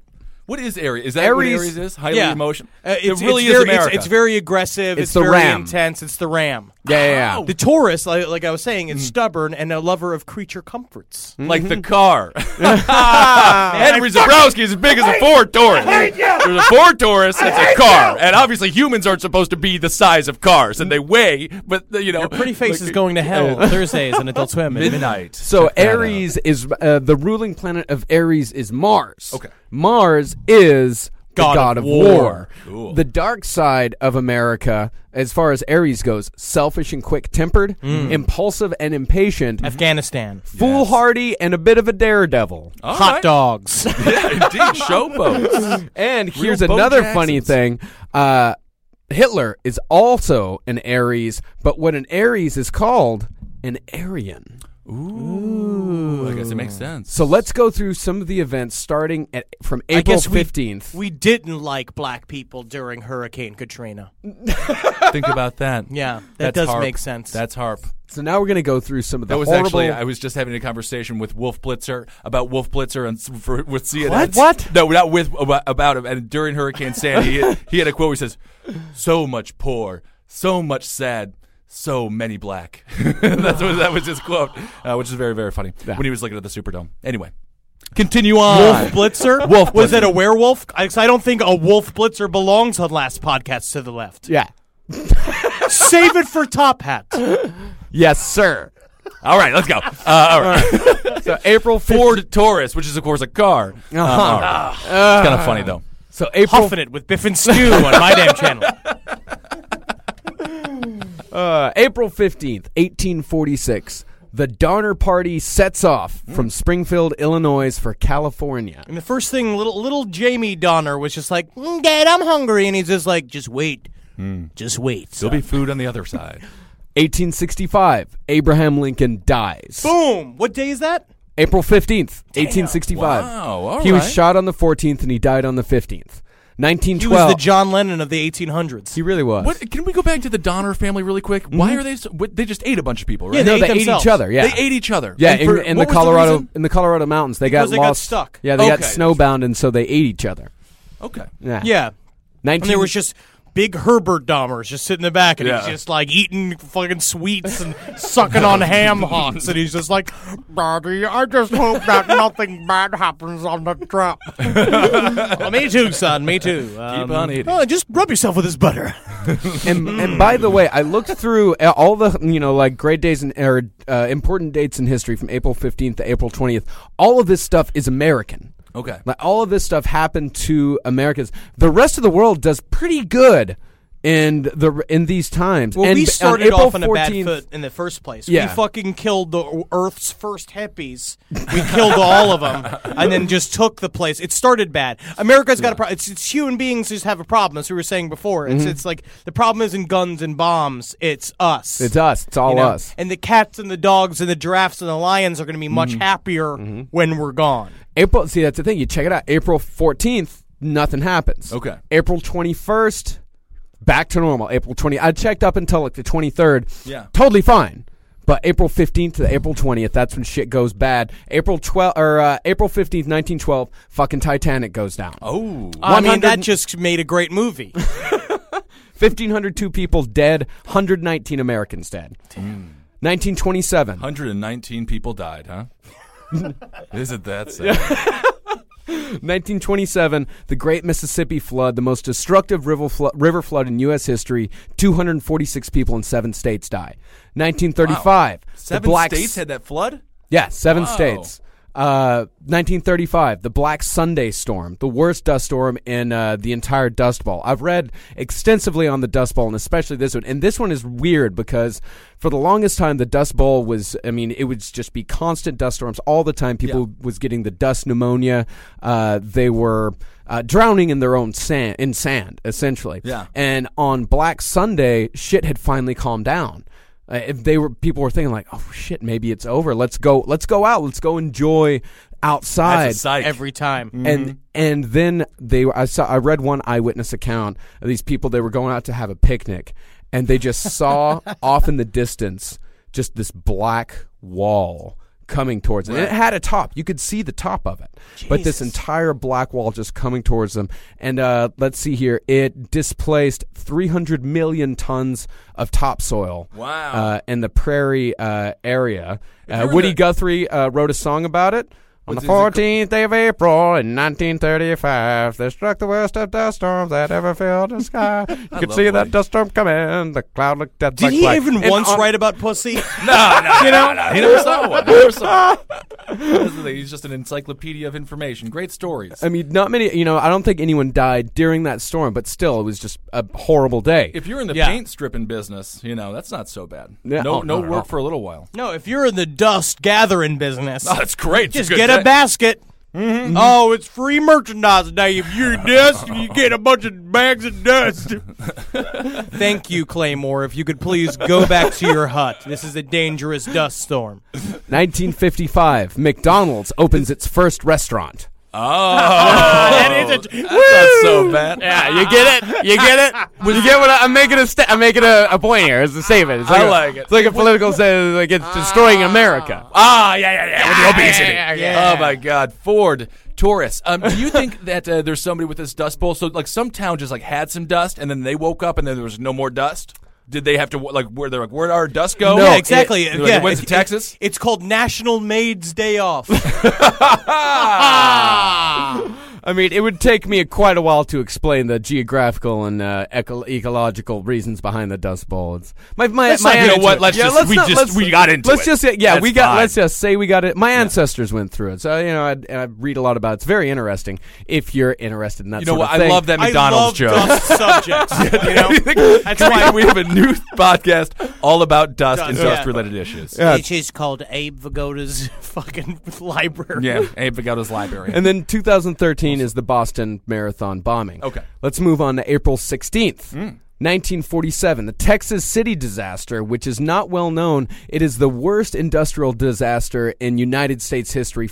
Speaker 3: What is Aries? Is that what
Speaker 5: Aries-
Speaker 3: Aries is? Highly
Speaker 6: Yeah.
Speaker 3: emotion.
Speaker 6: Uh, it's,
Speaker 3: it really
Speaker 6: it's
Speaker 3: is
Speaker 6: very,
Speaker 3: America.
Speaker 6: It's, it's very aggressive.
Speaker 5: It's
Speaker 6: It's,
Speaker 5: the
Speaker 6: very
Speaker 5: ram.
Speaker 6: intense. It's the ram.
Speaker 5: yeah, yeah, yeah.
Speaker 6: The Taurus, like, like I was saying, is stubborn and a lover of creature comforts.
Speaker 3: like the car. Mm-hmm. Henry Zabrowski is as big as a Ford Taurus. There's a Ford Taurus. That's a car, and obviously humans aren't supposed to be the size of cars, and they weigh. But you know,
Speaker 6: Your pretty face
Speaker 3: like-
Speaker 6: is going to hell Thursdays on Adult Swim. at
Speaker 3: midnight.
Speaker 5: So Aries is uh, the ruling planet of Aries is Mars.
Speaker 3: Okay.
Speaker 5: Mars is
Speaker 6: God
Speaker 5: the
Speaker 6: of
Speaker 5: god of
Speaker 6: war.
Speaker 5: war.
Speaker 3: Cool.
Speaker 5: The dark side of America, as far as Aries goes, selfish and quick-tempered,
Speaker 6: Mm.
Speaker 5: impulsive and impatient,
Speaker 6: Afghanistan.
Speaker 5: foolhardy and a bit of a daredevil.
Speaker 3: All
Speaker 6: Hot
Speaker 3: right.
Speaker 6: dogs.
Speaker 3: Yeah, indeed, showboats.
Speaker 5: And
Speaker 3: Real
Speaker 5: here's
Speaker 3: Bo
Speaker 5: another funny thing.
Speaker 3: Jacksons.
Speaker 5: Uh, Hitler is also an Aries, but what an Aries is called an Aryan.
Speaker 3: Ooh, I guess it makes sense.
Speaker 5: So let's go through some of the events starting at, from
Speaker 6: I
Speaker 5: April
Speaker 6: guess we-
Speaker 5: 15th.
Speaker 6: We didn't like black people during Hurricane Katrina.
Speaker 3: think about that.
Speaker 6: Yeah, that
Speaker 3: That's
Speaker 6: does
Speaker 3: harp.
Speaker 6: make sense.
Speaker 3: That's harp.
Speaker 5: so now we're going to go through some of the
Speaker 3: That was
Speaker 5: horrible
Speaker 3: actually I was just having a conversation with Wolf Blitzer about Wolf Blitzer and s- for, with CNN.
Speaker 5: What? What?
Speaker 3: No, not with about, about him. And during Hurricane Sandy, he, had- he had a quote. Where he says, "So much poor, so much sad." So many black. That's what, that was his quote, uh, which is very, very funny. When he was looking at the Superdome. Anyway, continue on.
Speaker 6: Wolf Blitzer?
Speaker 3: Wolf
Speaker 6: Was
Speaker 3: Blitzer.
Speaker 6: it a werewolf? I, 'cause I don't think a Wolf Blitzer belongs on Last Podcast to the Left.
Speaker 5: Yeah.
Speaker 6: Save it for Top Hat.
Speaker 5: Yes, sir.
Speaker 3: All right, let's go. Uh, all right.
Speaker 5: So April 15th.
Speaker 3: Ford Taurus, which is of course a car.
Speaker 5: Uh-huh.
Speaker 3: Um, all right. It's kind of funny though.
Speaker 5: So April
Speaker 6: Puffing it with Biff and Stew on my damn channel.
Speaker 5: uh, April 15th, 1846. the Darner Party sets off
Speaker 3: Hmm.
Speaker 5: from Springfield, Illinois for California.
Speaker 6: And the first thing, little little Jamie Donner was just like, "Mm, "Dad, I'm hungry," and he's just like, "Just wait, just wait."
Speaker 3: There'll be food on the other side.
Speaker 5: 1865, Abraham Lincoln dies.
Speaker 6: Boom! What day is that?
Speaker 5: April 15th, 1865.
Speaker 3: Wow, all
Speaker 5: he was
Speaker 3: right.
Speaker 5: shot on the 14th and he died on the 15th.
Speaker 6: He
Speaker 5: 1912.
Speaker 6: was the John Lennon of the 1800s.
Speaker 5: He really was.
Speaker 3: What, can we go back to the Donner family really quick? Why are they? So, what, they just ate a bunch of people, right?
Speaker 6: Yeah,
Speaker 5: Mm-hmm. No,
Speaker 6: ate
Speaker 5: they ate
Speaker 6: themselves.
Speaker 5: each other. Yeah,
Speaker 3: They ate each other.
Speaker 5: Yeah,
Speaker 3: And
Speaker 5: in,
Speaker 3: for-
Speaker 5: in the
Speaker 3: what was
Speaker 5: Colorado
Speaker 3: reason?
Speaker 5: in the Colorado mountains, they
Speaker 6: Because
Speaker 5: got
Speaker 6: they got
Speaker 5: lost.
Speaker 6: stuck.
Speaker 5: Yeah, they got
Speaker 3: Okay.
Speaker 5: snowbound, and so they ate each other.
Speaker 3: okay.
Speaker 5: Yeah,
Speaker 6: Yeah, and
Speaker 5: Nineteen.
Speaker 6: there was just big Herbert Dahmer's just sitting in the back, and he's
Speaker 3: Yeah.
Speaker 6: just like eating fucking sweets and sucking on ham hocks, and he's just like, "Daddy, I just hope that nothing bad happens on the trip." Well, me too, son. Me too. Um,
Speaker 3: on eating.
Speaker 6: oh, just rub yourself with this butter.
Speaker 5: and, and by the way, I looked through uh, all the you know like great days and or uh, important dates in history from April fifteenth to April twentieth. All of this stuff is American.
Speaker 3: Okay.
Speaker 5: Like all of this stuff happened to Americans. The rest of the world does pretty good in the in these times.
Speaker 6: Well,
Speaker 5: and
Speaker 6: we
Speaker 5: b- on
Speaker 6: started
Speaker 5: April
Speaker 6: off on a bad
Speaker 5: 14th
Speaker 6: foot in the first place.
Speaker 5: Yeah.
Speaker 6: We fucking killed the Earth's first hippies. We killed all of them, and then just took the place. It started bad. America's got a problem. It's, it's human beings just have a problem, as we were saying before.
Speaker 5: Mm-hmm.
Speaker 6: It's it's like the problem isn't guns and bombs. It's us.
Speaker 5: It's us. It's all
Speaker 6: you know?
Speaker 5: us.
Speaker 6: And the cats and the dogs and the giraffes and the lions are going to be much
Speaker 3: Mm-hmm.
Speaker 6: happier when we're gone.
Speaker 5: April. See, that's the thing. You check it out. April fourteenth, nothing happens.
Speaker 3: Okay.
Speaker 5: April twenty first, back to normal. April twenty. I checked up until like the twenty third.
Speaker 3: Yeah.
Speaker 5: Totally fine. But April fifteenth to April twentieth, that's when shit goes bad. April twelve or uh, April fifteenth, nineteen twelve, fucking Titanic goes down.
Speaker 3: Oh,
Speaker 6: I mean,
Speaker 5: 100
Speaker 6: that just made a great movie.
Speaker 5: Fifteen hundred two people dead, hundred nineteen Americans dead. Nineteen twenty seven.
Speaker 3: 119 people died, huh? Isn't that sad?
Speaker 5: 1927, the Great Mississippi Flood, the most destructive river, flo- river flood in U.S. history. 246 people in seven states die. 1935, the
Speaker 3: Seven
Speaker 5: Black
Speaker 3: states had that flood.
Speaker 5: yeah, seven
Speaker 3: Wow.
Speaker 5: states. Uh, 1935, the Black Sunday Storm, the worst dust storm in uh, the entire Dust Bowl. I've read extensively on the Dust Bowl, and especially this one. And this one is weird because for the longest time, the Dust Bowl was, I mean, it would just be constant dust storms all the time. People was getting the dust pneumonia. Uh, they were uh, drowning in their own sand, in sand, essentially.
Speaker 3: Yeah.
Speaker 5: And on Black Sunday, shit had finally calmed down. Uh, if they were people were thinking like, oh shit, maybe it's over. Let's go. Let's go out. Let's go enjoy outside.
Speaker 3: That's a psych.
Speaker 6: Every time.
Speaker 5: And and then they were- I saw I read one eyewitness account of these people they were going out to have a picnic and they just saw off in the distance just this black wall coming towards them. And it had a top. You could see the top of it. But this entire black wall just coming towards them. And uh, let's see here. It displaced 300 million tons of topsoil.
Speaker 3: Wow.
Speaker 5: Uh, in the prairie uh, area. Uh,
Speaker 3: remember
Speaker 5: Woody
Speaker 3: that-
Speaker 5: Guthrie uh, wrote a song about it. On the
Speaker 3: is it called?
Speaker 5: 14th day of April in 1935, there struck the worst of dust storms that ever filled the sky. You could
Speaker 3: love
Speaker 5: see that
Speaker 3: Woody.
Speaker 5: dust storm coming. The cloud looked at
Speaker 6: Did
Speaker 5: like
Speaker 6: he
Speaker 5: black.
Speaker 6: even
Speaker 5: And
Speaker 6: once
Speaker 5: on-
Speaker 6: write about pussy?
Speaker 3: no, no, you know, he never saw one. Never saw one. That's the thing, He's just an encyclopedia of information. Great stories.
Speaker 5: I mean, not many. You know, I don't think anyone died during that storm, but still, it was just a horrible day.
Speaker 3: if you're in the
Speaker 6: Yeah.
Speaker 3: paint stripping business, you know that's not so bad.
Speaker 5: Yeah,
Speaker 3: no,
Speaker 5: oh,
Speaker 3: no
Speaker 5: not at all.
Speaker 3: work for a little while.
Speaker 6: No, if you're in the dust gathering business,
Speaker 3: Oh, that's great. It's
Speaker 6: just
Speaker 3: a good Mm-hmm.
Speaker 6: get
Speaker 3: day.
Speaker 6: a basket. Oh, it's free merchandise day. If you're dust, you get a bunch of bags of dust. Thank you, Claymore. If you could please go back to your hut. This is a dangerous dust storm.
Speaker 5: 1955, McDonald's opens its first restaurant.
Speaker 3: Oh,
Speaker 6: is a-
Speaker 3: that's not so bad.
Speaker 5: Yeah, you get it. You get it. you get what I, am making a sta- I'm making a, a point here. It's a statement. It's
Speaker 3: I
Speaker 5: a-
Speaker 3: like it.
Speaker 5: It's like a political statement. Like it's destroying America.
Speaker 3: Ah, yeah, yeah, yeah, with the obesity.
Speaker 5: yeah,
Speaker 3: Oh my God, Ford Taurus. Um, do you think that uh, there's somebody with this dust bowl? So, like, some town just like had some dust, and then they woke up, and then there was no more dust. Did they have to like where they're like where did our dust
Speaker 8: Oh,
Speaker 3: go?
Speaker 6: yeah, exactly.
Speaker 3: They're like,
Speaker 6: yeah,
Speaker 3: it went to
Speaker 6: it-
Speaker 3: Texas.
Speaker 6: it-
Speaker 8: Ah.
Speaker 6: it's called National Maids Day Off.
Speaker 5: I mean, it would take me quite a while to explain the geographical and uh, eco- ecological reasons behind the Dust Bowl. It's, my my,
Speaker 8: Let's
Speaker 5: my
Speaker 8: not get
Speaker 5: an-
Speaker 8: into it. Let's just- we just- we got into
Speaker 5: let's
Speaker 8: it.
Speaker 5: just say- yeah,
Speaker 8: That's
Speaker 5: we got.
Speaker 8: fine.
Speaker 5: Let's just say we got it. My ancestors went through it, so you know, I, and I read a lot about it. It's very interesting if you're interested in that.
Speaker 8: You know
Speaker 5: sort
Speaker 8: what?
Speaker 5: of
Speaker 8: I
Speaker 5: thing.
Speaker 8: love that McDonald's
Speaker 4: I
Speaker 8: joke.
Speaker 4: love dust subjects. You know? That's
Speaker 8: Why
Speaker 4: why
Speaker 8: we have a new podcast all about dust, and
Speaker 4: Dust, yeah.
Speaker 8: dust-related issues.
Speaker 5: Yeah.
Speaker 7: Which is called Abe Vigoda's fucking library.
Speaker 8: Yeah, Abe Vigoda's library.
Speaker 5: And then 2013 is the Boston Marathon bombing.
Speaker 8: Okay.
Speaker 5: Let's move on to April 16th. 1947, the Texas City disaster, which is not well known. It is the worst industrial disaster in United States history.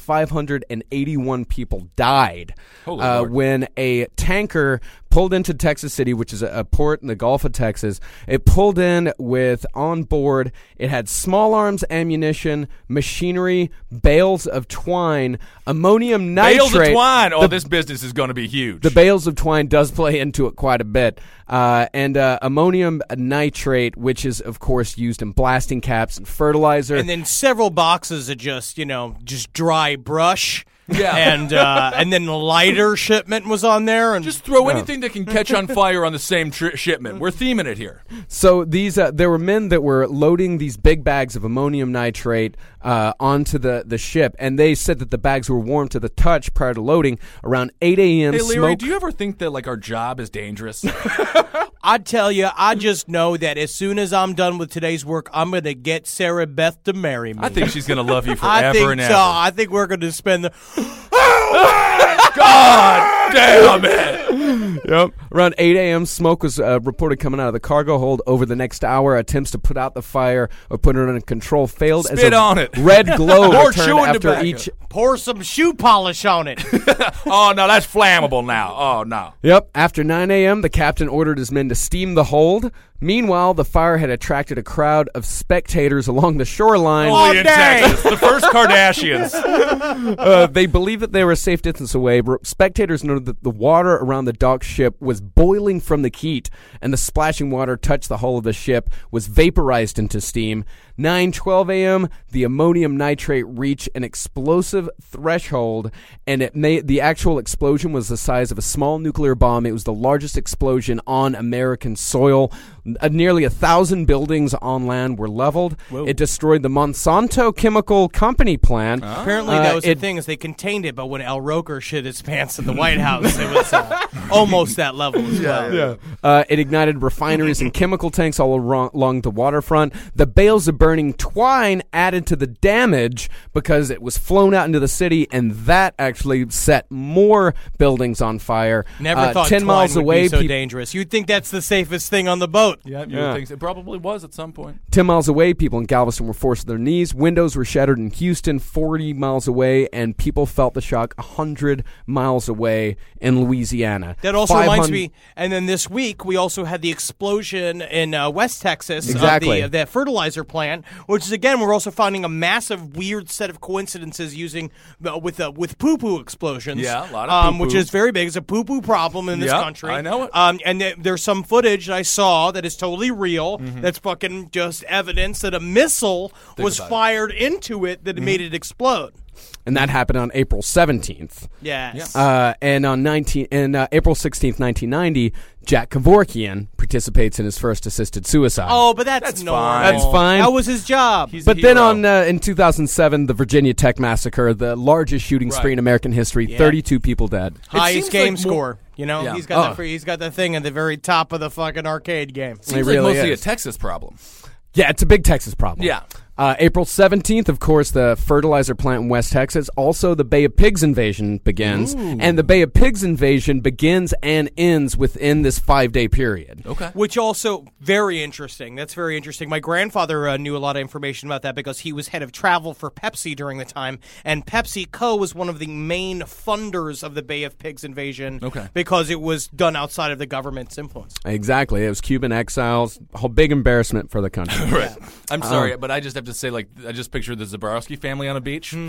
Speaker 5: 581 people died uh, when a tanker pulled into Texas City, which is a, a port in the Gulf of Texas. It pulled in with on board, it had small arms ammunition, machinery, bales of twine, ammonium nitrate.
Speaker 8: Bales of twine. Oh,
Speaker 5: The-
Speaker 8: this business is going to be huge.
Speaker 5: the bales of twine does play into it quite a bit. Uh, and uh, ammonium nitrate, which is, of course, used in blasting caps and fertilizer.
Speaker 4: and then several boxes of just you know just dry brush.
Speaker 8: Yeah.
Speaker 4: and uh, and then the lighter shipment was on there, and
Speaker 8: just throw anything that can catch on fire on the same tri- shipment. We're theming it here.
Speaker 5: so these uh, there were men that were loading these big bags of ammonium nitrate uh, onto the, the ship, and they said that the bags were warm to the touch prior to loading around 8 a.m.
Speaker 8: Hey, Leary,
Speaker 5: smoke.
Speaker 8: do you ever think that like our job is dangerous?
Speaker 4: I tell you, I just know that as soon as I'm done with today's work, I'm gonna get Sarah Beth to marry me.
Speaker 8: I think she's going to love you forever
Speaker 4: I think
Speaker 8: and
Speaker 4: so.
Speaker 8: ever.
Speaker 4: I think we're gonna spend the
Speaker 8: God damn it!
Speaker 5: Yep. Around 8 a.m., smoke was uh, reported coming out of the cargo hold. Over the next hour, attempts to put out the fire or put it under control failed as
Speaker 8: Spit
Speaker 5: a
Speaker 8: on it.
Speaker 5: red glow
Speaker 8: More
Speaker 5: returned
Speaker 8: chewing
Speaker 5: after
Speaker 8: tobacco.
Speaker 5: each.
Speaker 4: pour some shoe polish on it.
Speaker 8: Oh no, that's flammable now. Oh no.
Speaker 5: Yep. After 9 a.m., the captain ordered his men to steam the hold. Meanwhile, the fire had attracted a crowd of spectators along the shoreline.
Speaker 8: Only in Texas, the first Kardashians.
Speaker 5: Uh, they believed that they were a safe distance away. Re- spectators noted that the water around the dock ship was boiling from the heat, and the splashing water touched the hull of the ship, was vaporized into steam. 9:12 a.m., the ammonium nitrate reached an explosive threshold, and it made the actual explosion was the size of a small nuclear bomb. It was the largest explosion on American soil. N- uh, nearly a thousand buildings on land were leveled. It destroyed the Monsanto Chemical Company plant.
Speaker 4: Apparently,
Speaker 5: Uh,
Speaker 4: that was
Speaker 5: it-
Speaker 4: the thing is they contained it, but when Al Roker shit his pants in the White House, it was uh, almost that level as well.
Speaker 5: Uh, it ignited refineries and chemical tanks all aro- along the waterfront. The bales of burning twine added to the damage because it was flown out into the city, and that actually set more buildings on fire.
Speaker 4: Never
Speaker 5: Uh,
Speaker 4: thought
Speaker 5: ten
Speaker 4: twine
Speaker 5: miles
Speaker 4: would
Speaker 5: away.
Speaker 4: be so
Speaker 5: peop-
Speaker 4: dangerous. You'd think that's the safest thing on the boat.
Speaker 8: Yeah, you
Speaker 5: Yeah.
Speaker 8: would think so. it probably was at some point.
Speaker 5: 10 miles away, people in Galveston were forced to their knees. Windows were shattered in Houston, 40 miles away, and people felt the shock 100 miles away in Louisiana.
Speaker 4: That also reminds
Speaker 5: 500
Speaker 4: me. And then this week we also had the explosion in uh, West Texas
Speaker 5: Exactly.
Speaker 4: of the, of that fertilizer plant, which is again we're also finding a massive weird set of coincidences using uh, with uh, with poo poo explosions.
Speaker 8: Yeah, a lot of
Speaker 4: um, which
Speaker 8: poo-poo.
Speaker 4: is very big. It's a poo poo problem in this
Speaker 8: Yeah,
Speaker 4: country.
Speaker 8: I know it.
Speaker 4: Um, and th- there's some footage that I saw that is totally real.
Speaker 8: Mm-hmm.
Speaker 4: That's fucking just evidence that a missile was
Speaker 8: about it. Mm-hmm.
Speaker 4: fired into it that made it explode.
Speaker 5: And that happened on April 17th.
Speaker 4: Yes.
Speaker 5: Uh, and on 19 and uh, April 16th, 1990, Jack Kevorkian participates in his first assisted suicide.
Speaker 4: Oh, but that's,
Speaker 8: That's
Speaker 4: normal.
Speaker 8: fine. That's
Speaker 5: fine.
Speaker 4: That was his job.
Speaker 8: He's
Speaker 5: but
Speaker 8: a
Speaker 5: then
Speaker 8: hero.
Speaker 5: on uh, in 2007, the Virginia Tech massacre, the largest shooting spree in American history, 32 people dead.
Speaker 8: seems
Speaker 4: highest game
Speaker 8: like more-
Speaker 4: score. You know,
Speaker 8: Yeah.
Speaker 4: he's got
Speaker 3: Oh.
Speaker 4: that free, he's got that thing at the very top of the fucking arcade game.
Speaker 8: Seems like
Speaker 5: really
Speaker 8: mostly
Speaker 5: is.
Speaker 8: a Texas problem.
Speaker 5: Yeah, it's a big Texas problem.
Speaker 8: Yeah.
Speaker 5: Uh, April 17th, of course, the fertilizer plant in West Texas. Also, the Bay of Pigs invasion begins. And the Bay of Pigs invasion begins and ends within this five day period.
Speaker 8: Okay.
Speaker 4: Which also very interesting. That's very interesting. My grandfather uh, knew a lot of information about that because he was head of travel for Pepsi during the time, and PepsiCo was one of the main funders of the Bay of Pigs invasion.
Speaker 8: Okay.
Speaker 4: because it was done outside of the government's influence.
Speaker 5: Exactly. It was Cuban exiles. Whole big embarrassment for the country.
Speaker 8: I'm sorry, but I just have to
Speaker 3: to say like I just picture the Zabrowski family on a beach. Uh, you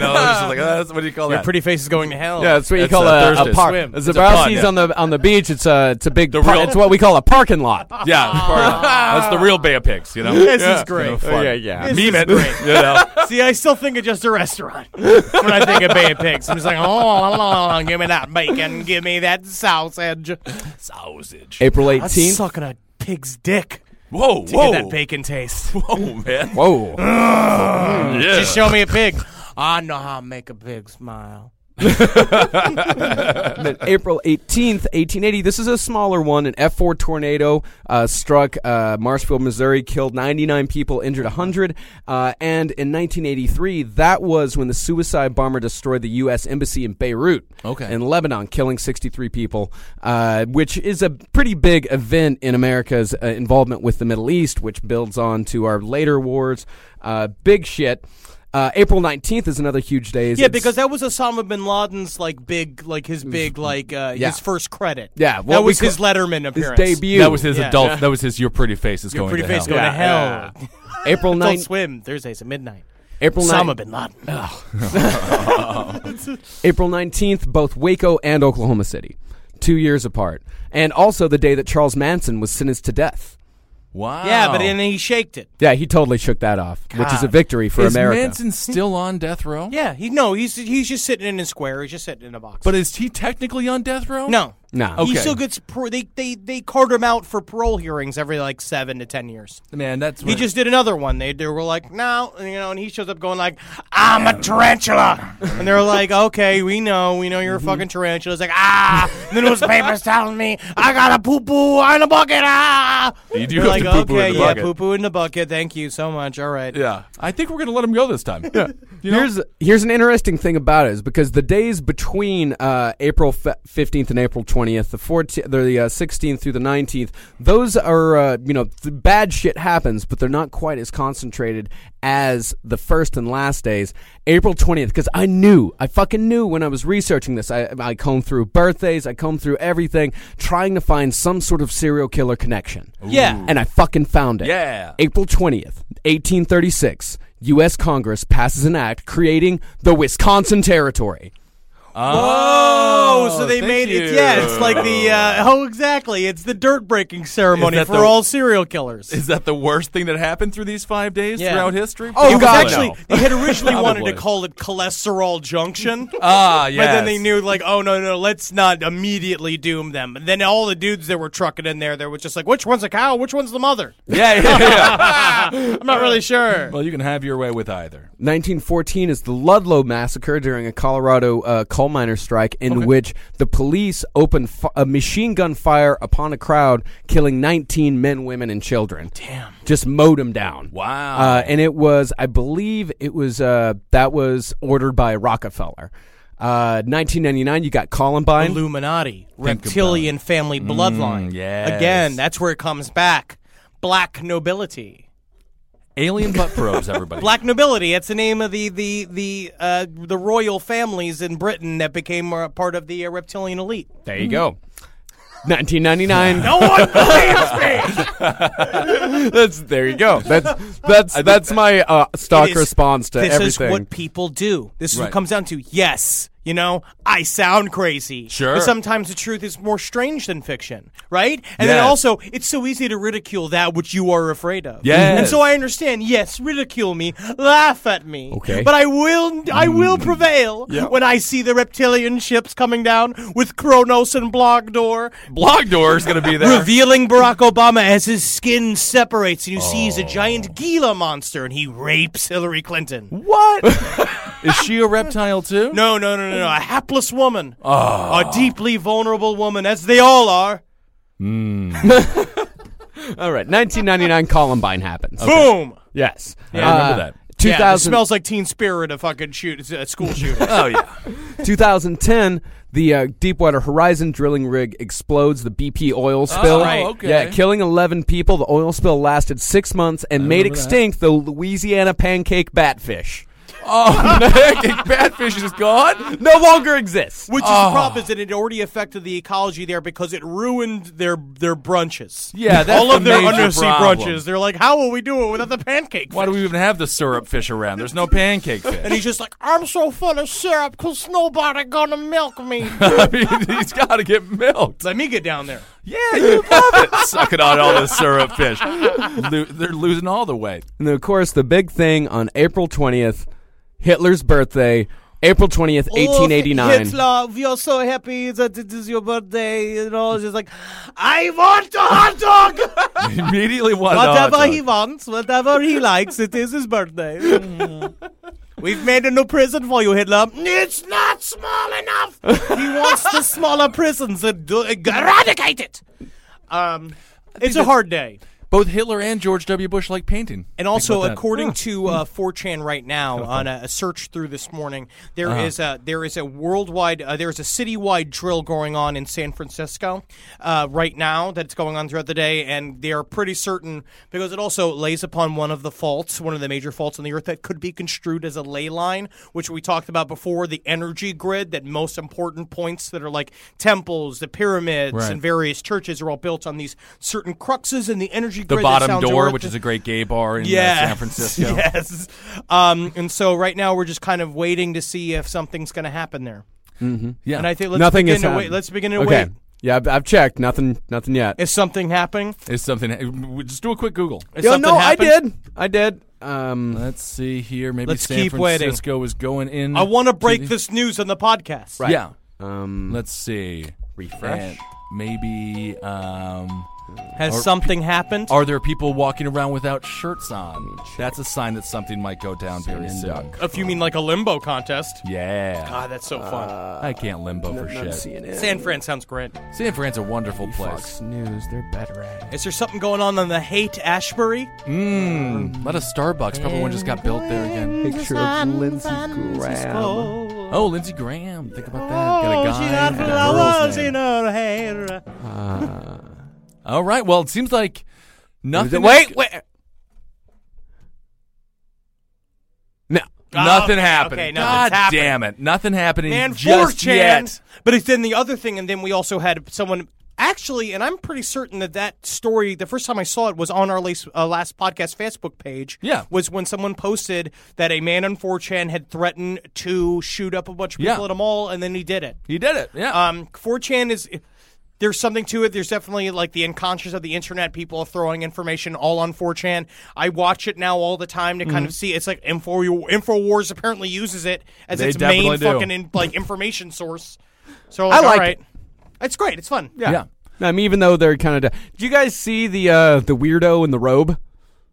Speaker 3: know, just like uh, that's- what do you call
Speaker 6: Your
Speaker 3: that?
Speaker 6: pretty face is going to hell.
Speaker 5: Yeah, that's what you call a, a park.
Speaker 3: It's a pond,
Speaker 5: Zabrowski's
Speaker 3: yeah.
Speaker 5: on the on the beach. It's a it's a big.
Speaker 3: The
Speaker 5: par-
Speaker 3: real-
Speaker 5: it's what we call a parking lot.
Speaker 3: Yeah, it's part of- that's the real Bay of Pigs. You know,
Speaker 6: This
Speaker 3: Yeah.
Speaker 6: is great.
Speaker 3: You know, fun.
Speaker 5: Yeah, yeah.
Speaker 3: Meme it. You know,
Speaker 6: See, I still think of just a restaurant when I think of Bay of Pigs. I'm just like, oh, la, la, la, give me that bacon, give me that sausage.
Speaker 3: sausage.
Speaker 5: April
Speaker 6: I'm
Speaker 5: eighteenth.
Speaker 6: sucking a pig's dick
Speaker 3: Whoa,
Speaker 6: to
Speaker 3: whoa,
Speaker 6: get that bacon taste.
Speaker 3: whoa, man.
Speaker 5: Whoa.
Speaker 3: Yeah.
Speaker 6: Just show me a pig. I know how to make a pig smile.
Speaker 5: But April 18th, 1880. This is a smaller one. An F4 tornado uh, struck uh, Marshfield, Missouri, killed 99 people, injured 100. Uh, and in 1983, that was when the suicide bomber destroyed the U.S. Embassy in Beirut,
Speaker 3: Okay.
Speaker 5: in Lebanon, killing 63 people, uh, which is a pretty big event in America's uh, involvement with the Middle East, which builds on to our later wars. Uh, big shit. Uh, April 19th is another huge day.
Speaker 6: Yeah,
Speaker 5: It's-
Speaker 6: because that was Osama bin Laden's like big, like his big, like uh,
Speaker 5: Yeah.
Speaker 6: his first credit.
Speaker 5: Yeah, what
Speaker 6: that
Speaker 5: we
Speaker 6: was his
Speaker 5: call-
Speaker 6: Letterman
Speaker 5: his
Speaker 6: appearance.
Speaker 5: debut.
Speaker 3: That was his
Speaker 6: Yeah.
Speaker 3: adult. That was his. Your pretty face is
Speaker 6: Your
Speaker 3: going
Speaker 6: pretty
Speaker 3: to
Speaker 6: face
Speaker 3: hell.
Speaker 6: going to hell.
Speaker 5: April
Speaker 6: Don't
Speaker 5: 9th.
Speaker 6: swim Thursdays at midnight.
Speaker 5: April
Speaker 6: Osama
Speaker 5: 9th.
Speaker 6: bin Laden.
Speaker 5: April 19th, both Waco and Oklahoma City, two years apart. And also the day that Charles Manson was sentenced to death.
Speaker 3: Wow.
Speaker 6: Yeah, but then he shaked it.
Speaker 5: Yeah, he totally shook that off, which is a
Speaker 6: God.
Speaker 5: victory for
Speaker 3: is
Speaker 5: America.
Speaker 3: Manson still on death row?
Speaker 6: Yeah, he no, he's he's just sitting in a square. He's just sitting in a box.
Speaker 3: But is he technically on death row?
Speaker 6: no,
Speaker 5: Nah.
Speaker 3: Okay.
Speaker 6: he still gets par- they they they card him out for parole hearings every like seven to ten years.
Speaker 3: man, that's
Speaker 6: He
Speaker 3: what-
Speaker 6: just did another one. They, they were like, no, you know, and he shows up going like, I'm a tarantula, and they're like, okay, we know, we know you're a fucking
Speaker 3: Mm-hmm.
Speaker 6: tarantula. It's like, ah, the newspaper's telling me I got a poo poo in a bucket. Ah,
Speaker 3: You do
Speaker 6: They're
Speaker 3: have
Speaker 6: like,
Speaker 3: to poo-poo in
Speaker 6: okay,
Speaker 3: the
Speaker 6: yeah,
Speaker 3: bucket."
Speaker 6: poo poo in the bucket. Thank you so much. All right,
Speaker 3: Yeah, I think we're gonna let him go this time. Yeah,
Speaker 5: Here's here's an interesting thing about it is because the days between uh, April fifteenth and April twentieth, the fourteenth, the uh, sixteenth through the nineteenth, those are uh, you know th- bad shit happens, but they're not quite as concentrated as the first and last days. April twentieth, because I knew, I fucking knew when I was researching this. I I combed through birthdays, I combed through everything, trying to find some sort of serial killer connection.
Speaker 6: Yeah.
Speaker 5: and I fucking found it.
Speaker 3: Yeah.
Speaker 5: April 20th, 1836, U.S. Congress passes an act creating the Wisconsin Territory.
Speaker 6: Oh, so they
Speaker 3: thank
Speaker 6: made
Speaker 3: you.
Speaker 6: it. Yeah, it's like the uh, oh, exactly. It's the dirt breaking ceremony
Speaker 3: Is that
Speaker 6: for
Speaker 3: the-
Speaker 6: all serial killers.
Speaker 3: Is that the worst thing that happened through these five days
Speaker 6: Yeah.
Speaker 3: throughout history?
Speaker 5: Oh,
Speaker 6: it was
Speaker 5: God,
Speaker 6: actually
Speaker 5: no.
Speaker 6: they had originally wanted to
Speaker 3: Probably.
Speaker 6: call it cholesterol junction.
Speaker 3: Ah,
Speaker 6: But
Speaker 3: yes.
Speaker 6: then they knew, like, oh no, no, let's not immediately doom them. And then all the dudes that were trucking in there, they were just like, which one's a cow, which one's the mother?
Speaker 3: Yeah, yeah, yeah.
Speaker 6: I'm not really sure.
Speaker 3: well, you can have your way with either.
Speaker 5: 1914 is the Ludlow Massacre during a Colorado uh, coal miner strike in which the police opened fi- a machine gun fire upon a crowd, killing 19 men, women, and children. Damn. Just mowed them down.
Speaker 3: Wow.
Speaker 5: Uh, and it was, I believe it was, uh, that was ordered by Rockefeller. Uh, 1999, you got Columbine.
Speaker 6: Illuminati, reptilian family bloodline.
Speaker 3: Mm, yes.
Speaker 6: Again, that's where it comes back. Black nobility.
Speaker 3: Alien butt probes, everybody.
Speaker 6: Black nobility. That's the name of the the the uh, the royal families in Britain that became uh, part of the uh, reptilian elite.
Speaker 5: There you go. 1999.
Speaker 6: No one believes me.
Speaker 5: that's there you go. That's that's that's my uh, stock
Speaker 6: It is-
Speaker 5: response to
Speaker 6: this
Speaker 5: everything.
Speaker 6: is what people do. This is what
Speaker 3: Right.
Speaker 6: comes down to. Yes, you know, I sound crazy.
Speaker 3: Sure.
Speaker 6: But sometimes the truth is more strange than fiction, right? And then
Speaker 3: Yes.
Speaker 6: also, it's so easy to ridicule that which you are afraid of.
Speaker 3: Yes.
Speaker 6: And so I understand. Yes, ridicule me, laugh at me.
Speaker 5: Okay.
Speaker 6: But I will, I will prevail when I see the reptilian ships coming down with Kronos and Blogdor
Speaker 3: Blogdoor is going to be there.
Speaker 6: revealing Barack Obama as his skin separates and you see he's a giant Gila monster and he rapes Hillary Clinton.
Speaker 3: what? is she a reptile too?
Speaker 6: No, no, no, no, no. A hapless woman. A deeply vulnerable woman, as they all are.
Speaker 5: All right, 1999 Columbine happens.
Speaker 6: Boom!
Speaker 5: Yes, Uh,
Speaker 3: Yeah, I remember that.
Speaker 6: Yeah, it
Speaker 5: 2000,
Speaker 6: smells like teen spirit, a fucking shoot, it's a school shooting.
Speaker 3: Oh yeah.
Speaker 5: 2010, the uh, Deepwater Horizon drilling rig explodes. The BP oil spill,
Speaker 3: right. okay.
Speaker 5: yeah, killing 11 people. The oil spill lasted six months and made extinct the Louisiana pancake batfish.
Speaker 3: Oh, Nick, Badfish is gone.
Speaker 5: No longer exists. Uh,
Speaker 4: Which is
Speaker 3: Oh.
Speaker 4: the problem is that it already affected the ecology there because it ruined their their brunches.
Speaker 3: Yeah, that's
Speaker 4: all of
Speaker 3: the
Speaker 4: their
Speaker 3: major
Speaker 4: undersea
Speaker 3: problem.
Speaker 4: brunches. They're like, how will we do it without the pancake?
Speaker 3: Why do we even have the syrup fish around? There's no pancake fish.
Speaker 4: And he's just like, I'm so full of syrup because nobody gonna milk me.
Speaker 3: I mean, he's got to get milked.
Speaker 4: Let me get down there.
Speaker 3: Yeah, you love it. Sucking on all the syrup fish. Lo- they're losing all the weight.
Speaker 5: And then, of course, the big thing on April 20th, Hitler's birthday, April 20th, 1889.
Speaker 4: Hitler, we are so happy that it is your birthday. And all just like, I want a hot dog.
Speaker 3: Immediately what?
Speaker 4: whatever he wants, whatever he likes, it is his birthday. We've made a new prison for you, Hitler. It's not small enough. he wants the smaller prisons. and do- Eradicate it. Um, it's a
Speaker 3: that's-
Speaker 4: hard day.
Speaker 3: Both Hitler and George W. Bush like painting.
Speaker 4: And also,
Speaker 3: Think about that.
Speaker 4: according to uh, 4chan right now, on a, a search through this morning, there is
Speaker 3: Uh-huh.
Speaker 4: a there is a worldwide uh, there is a citywide drill going on in San Francisco uh, right now that's going on throughout the day, and they are pretty certain because it also lays upon one of the faults, one of the major faults on the earth that could be construed as a ley line, which we talked about before, the energy grid that most important points that are like temples, the pyramids,
Speaker 3: Right.
Speaker 4: and various churches are all built on these certain cruxes in the energy
Speaker 3: the
Speaker 4: grid. that
Speaker 3: bottom
Speaker 4: sounds
Speaker 3: door,
Speaker 4: earth-
Speaker 3: which is a great gay bar in uh,
Speaker 4: Yes.
Speaker 3: San Francisco.
Speaker 4: Yes. Um, and so right now we're just kind of waiting to see if something's going to happen there.
Speaker 3: Yeah.
Speaker 4: And I think let's
Speaker 5: nothing
Speaker 4: begin
Speaker 5: is
Speaker 4: to wait.
Speaker 5: happening.
Speaker 4: Let's begin to
Speaker 5: okay.
Speaker 4: wait.
Speaker 5: Yeah, I've, I've checked. Nothing nothing yet.
Speaker 4: Is something happening?
Speaker 3: It's something. we- Just do a quick Google.
Speaker 4: Is
Speaker 5: Yo,
Speaker 4: something
Speaker 5: no,
Speaker 4: happened?
Speaker 5: I did. I did. Um,
Speaker 3: Let's see here. Maybe
Speaker 4: Let's
Speaker 3: San
Speaker 4: keep waiting.
Speaker 3: Francisco is going in.
Speaker 4: I want to break this news on the podcast.
Speaker 3: Right. Yeah.
Speaker 5: um,
Speaker 3: Let's see.
Speaker 5: Refresh.
Speaker 3: And maybe. Um,
Speaker 4: Has something happened?
Speaker 3: are there people walking around without shirts on? That's a sign that something might go down very soon.
Speaker 4: if you mean like a limbo contest.
Speaker 3: Yeah.
Speaker 4: Ah, that's so fun.
Speaker 3: I can't limbo for
Speaker 5: not
Speaker 3: shit.
Speaker 5: CNN.
Speaker 4: San Fran sounds great.
Speaker 3: San Fran's a wonderful place.
Speaker 5: Fox News, they're better at it.
Speaker 4: Is there something going on in the hate Ashbury?
Speaker 3: Mmm. A lot of Starbucks. Probably one just got built there again.
Speaker 5: Picture of Lindsey Graham.
Speaker 3: Oh, Lindsey Graham. Think about that.
Speaker 4: Oh,
Speaker 3: Got a guy. and a girl's name.
Speaker 4: her hair.
Speaker 3: All right. Well, it seems like nothing.
Speaker 5: Wait, wait. No.
Speaker 3: Nothing
Speaker 4: Oh,
Speaker 3: happened.
Speaker 4: okay, nothing's
Speaker 3: God
Speaker 4: happened.
Speaker 3: damn it. Nothing happening
Speaker 4: and
Speaker 3: just
Speaker 4: 4chan.
Speaker 3: yet.
Speaker 4: But it's then the other thing, and then we also had someone actually, and I'm pretty certain that that story, the first time I saw it was on our last, uh, last podcast Facebook page.
Speaker 3: Yeah.
Speaker 4: was when someone posted that a man on 4chan had threatened to shoot up a bunch of
Speaker 3: Yeah.
Speaker 4: people at a mall, and then he did it.
Speaker 3: He did it. Yeah.
Speaker 4: Um, 4chan is. There's something to it. There's definitely like the unconscious of the internet. People throwing information all on 4chan. I watch it now all the time to kind
Speaker 3: Mm-hmm.
Speaker 4: of see. It's like Info Infowars apparently uses it as
Speaker 3: They
Speaker 4: its main
Speaker 3: definitely do.
Speaker 4: fucking in, like information source. So like,
Speaker 5: I like
Speaker 4: all right. It's great. It's fun.
Speaker 3: yeah.
Speaker 5: I mean, even though they're kind of. Do you guys see the uh, the weirdo in the robe?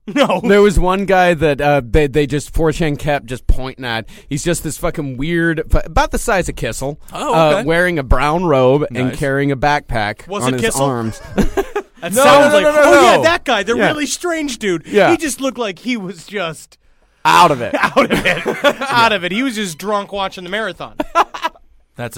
Speaker 4: No.
Speaker 5: There was one guy that uh, they they just 4chan kept just pointing at. He's just this fucking weird, fu- about the size of Kissel.
Speaker 3: Oh, okay.
Speaker 5: uh, wearing a brown robe and
Speaker 3: Nice.
Speaker 5: carrying a backpack
Speaker 4: Was
Speaker 5: on
Speaker 4: it
Speaker 5: his
Speaker 4: Kissel?
Speaker 5: arms.
Speaker 4: That
Speaker 3: No,
Speaker 4: sounds
Speaker 3: no,
Speaker 4: like
Speaker 3: no, no,
Speaker 4: oh
Speaker 3: no.
Speaker 4: yeah, that guy, the
Speaker 5: Yeah.
Speaker 4: really strange dude.
Speaker 5: Yeah.
Speaker 4: He just looked like he was just
Speaker 5: Out of it.
Speaker 4: out of it. out of it. He was just drunk watching the marathon.
Speaker 3: That's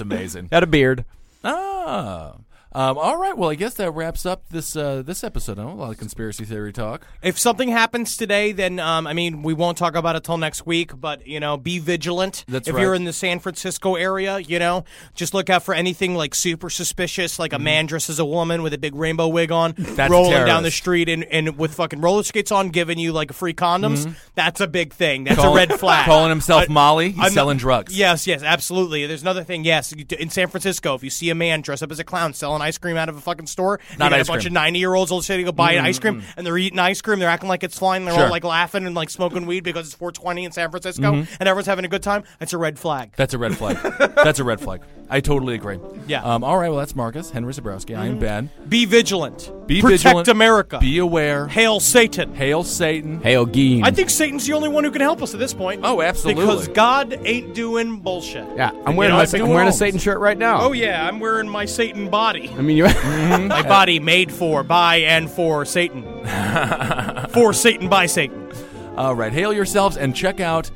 Speaker 3: amazing.
Speaker 5: Had a beard.
Speaker 3: Ah. Um, all right. Well, I guess that wraps up this uh, this episode. Oh, a lot of conspiracy theory talk.
Speaker 4: If something happens today, then um, I mean, we won't talk about it till next week. But you know, be vigilant.
Speaker 3: That's
Speaker 4: if
Speaker 3: right.
Speaker 4: you're in the San Francisco area, you know, just look out for anything like super suspicious,
Speaker 3: Mm-hmm.
Speaker 4: like a man dressed as a woman with a big rainbow wig on,
Speaker 3: a
Speaker 4: rolling down
Speaker 3: terrorist.
Speaker 4: the street and, and with fucking roller skates on, giving you like free condoms. That's a big thing. That's
Speaker 3: Calling-
Speaker 4: a red flag.
Speaker 3: Mm-hmm. Calling himself
Speaker 4: I-
Speaker 3: Molly. He's
Speaker 4: I'm not-
Speaker 3: selling drugs.
Speaker 4: Yes, yes, absolutely. There's another thing. Yes, you- in San Francisco, if you see a man dressed up as a clown selling ice cream out of a fucking store, you
Speaker 3: Not
Speaker 4: got a
Speaker 3: ice
Speaker 4: bunch
Speaker 3: cream.
Speaker 4: of 90 year olds all sitting to go buy an ice cream and they're eating ice cream. They're acting like it's fine. They're
Speaker 3: Sure.
Speaker 4: all like laughing and like smoking weed because it's 420 in San Francisco
Speaker 3: Mm-hmm.
Speaker 4: and everyone's having a good time. That's a red flag.
Speaker 3: That's a red flag. that's a red flag. I totally agree.
Speaker 4: Yeah. Mm-hmm.
Speaker 3: Um, all right. Well, that's Marcus Henry Zabrowski. I am Ben.
Speaker 4: Be vigilant.
Speaker 3: Be
Speaker 4: Protect
Speaker 3: vigilant.
Speaker 4: America.
Speaker 3: Be aware.
Speaker 4: Hail Satan.
Speaker 3: Hail Satan.
Speaker 5: Hail Gein.
Speaker 4: I think Satan's the only one who can help us at this point.
Speaker 3: Oh, absolutely.
Speaker 4: Because God ain't doing bullshit.
Speaker 5: yeah, I'm wearing,
Speaker 3: know,
Speaker 5: my,
Speaker 3: I've been
Speaker 5: I'm wearing a
Speaker 3: wrong.
Speaker 5: Satan shirt right now.
Speaker 4: Oh, yeah, I'm wearing my Satan body.
Speaker 5: I mean, you.
Speaker 4: My body made for, by, and for Satan. for Satan, by Satan.
Speaker 3: All right. Hail yourselves and check out.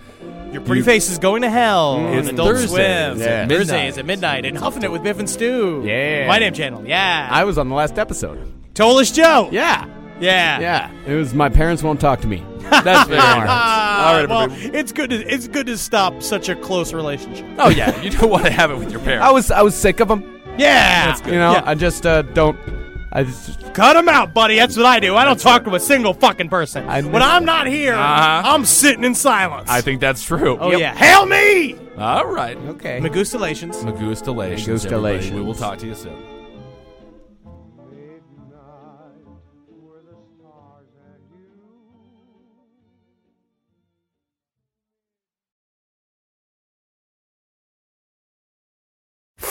Speaker 4: Your pretty face is going to hell.
Speaker 3: It's
Speaker 4: Adult
Speaker 3: Thursdays
Speaker 4: Swim.
Speaker 3: at midnight.
Speaker 4: Thursdays at midnight. And Huffing It with Biff and Stew.
Speaker 5: Yeah.
Speaker 4: My name channel. Yeah.
Speaker 5: I was on the last episode.
Speaker 4: Tolish Joe.
Speaker 5: Yeah.
Speaker 4: Yeah.
Speaker 5: Yeah. It was my parents won't talk to me.
Speaker 3: That's fair. All right,
Speaker 4: Ah, well,
Speaker 3: everybody.
Speaker 4: it's good. To, it's good to stop such a close relationship.
Speaker 3: Oh yeah, you don't want to have it with your parents.
Speaker 5: I was I was sick of them.
Speaker 4: Yeah,
Speaker 5: You know,
Speaker 4: Yeah.
Speaker 5: I just uh, don't. I just
Speaker 4: cut him out, buddy. That's what I do. I don't talk to a single fucking person. when I'm not here,
Speaker 3: Uh-huh.
Speaker 4: I'm sitting in silence.
Speaker 3: I think that's true.
Speaker 4: oh yeah, hail me!
Speaker 3: All right.
Speaker 5: okay.
Speaker 4: Magustalations.
Speaker 3: Magustalations.
Speaker 5: Magustalations.
Speaker 3: everybody. We will talk to you soon.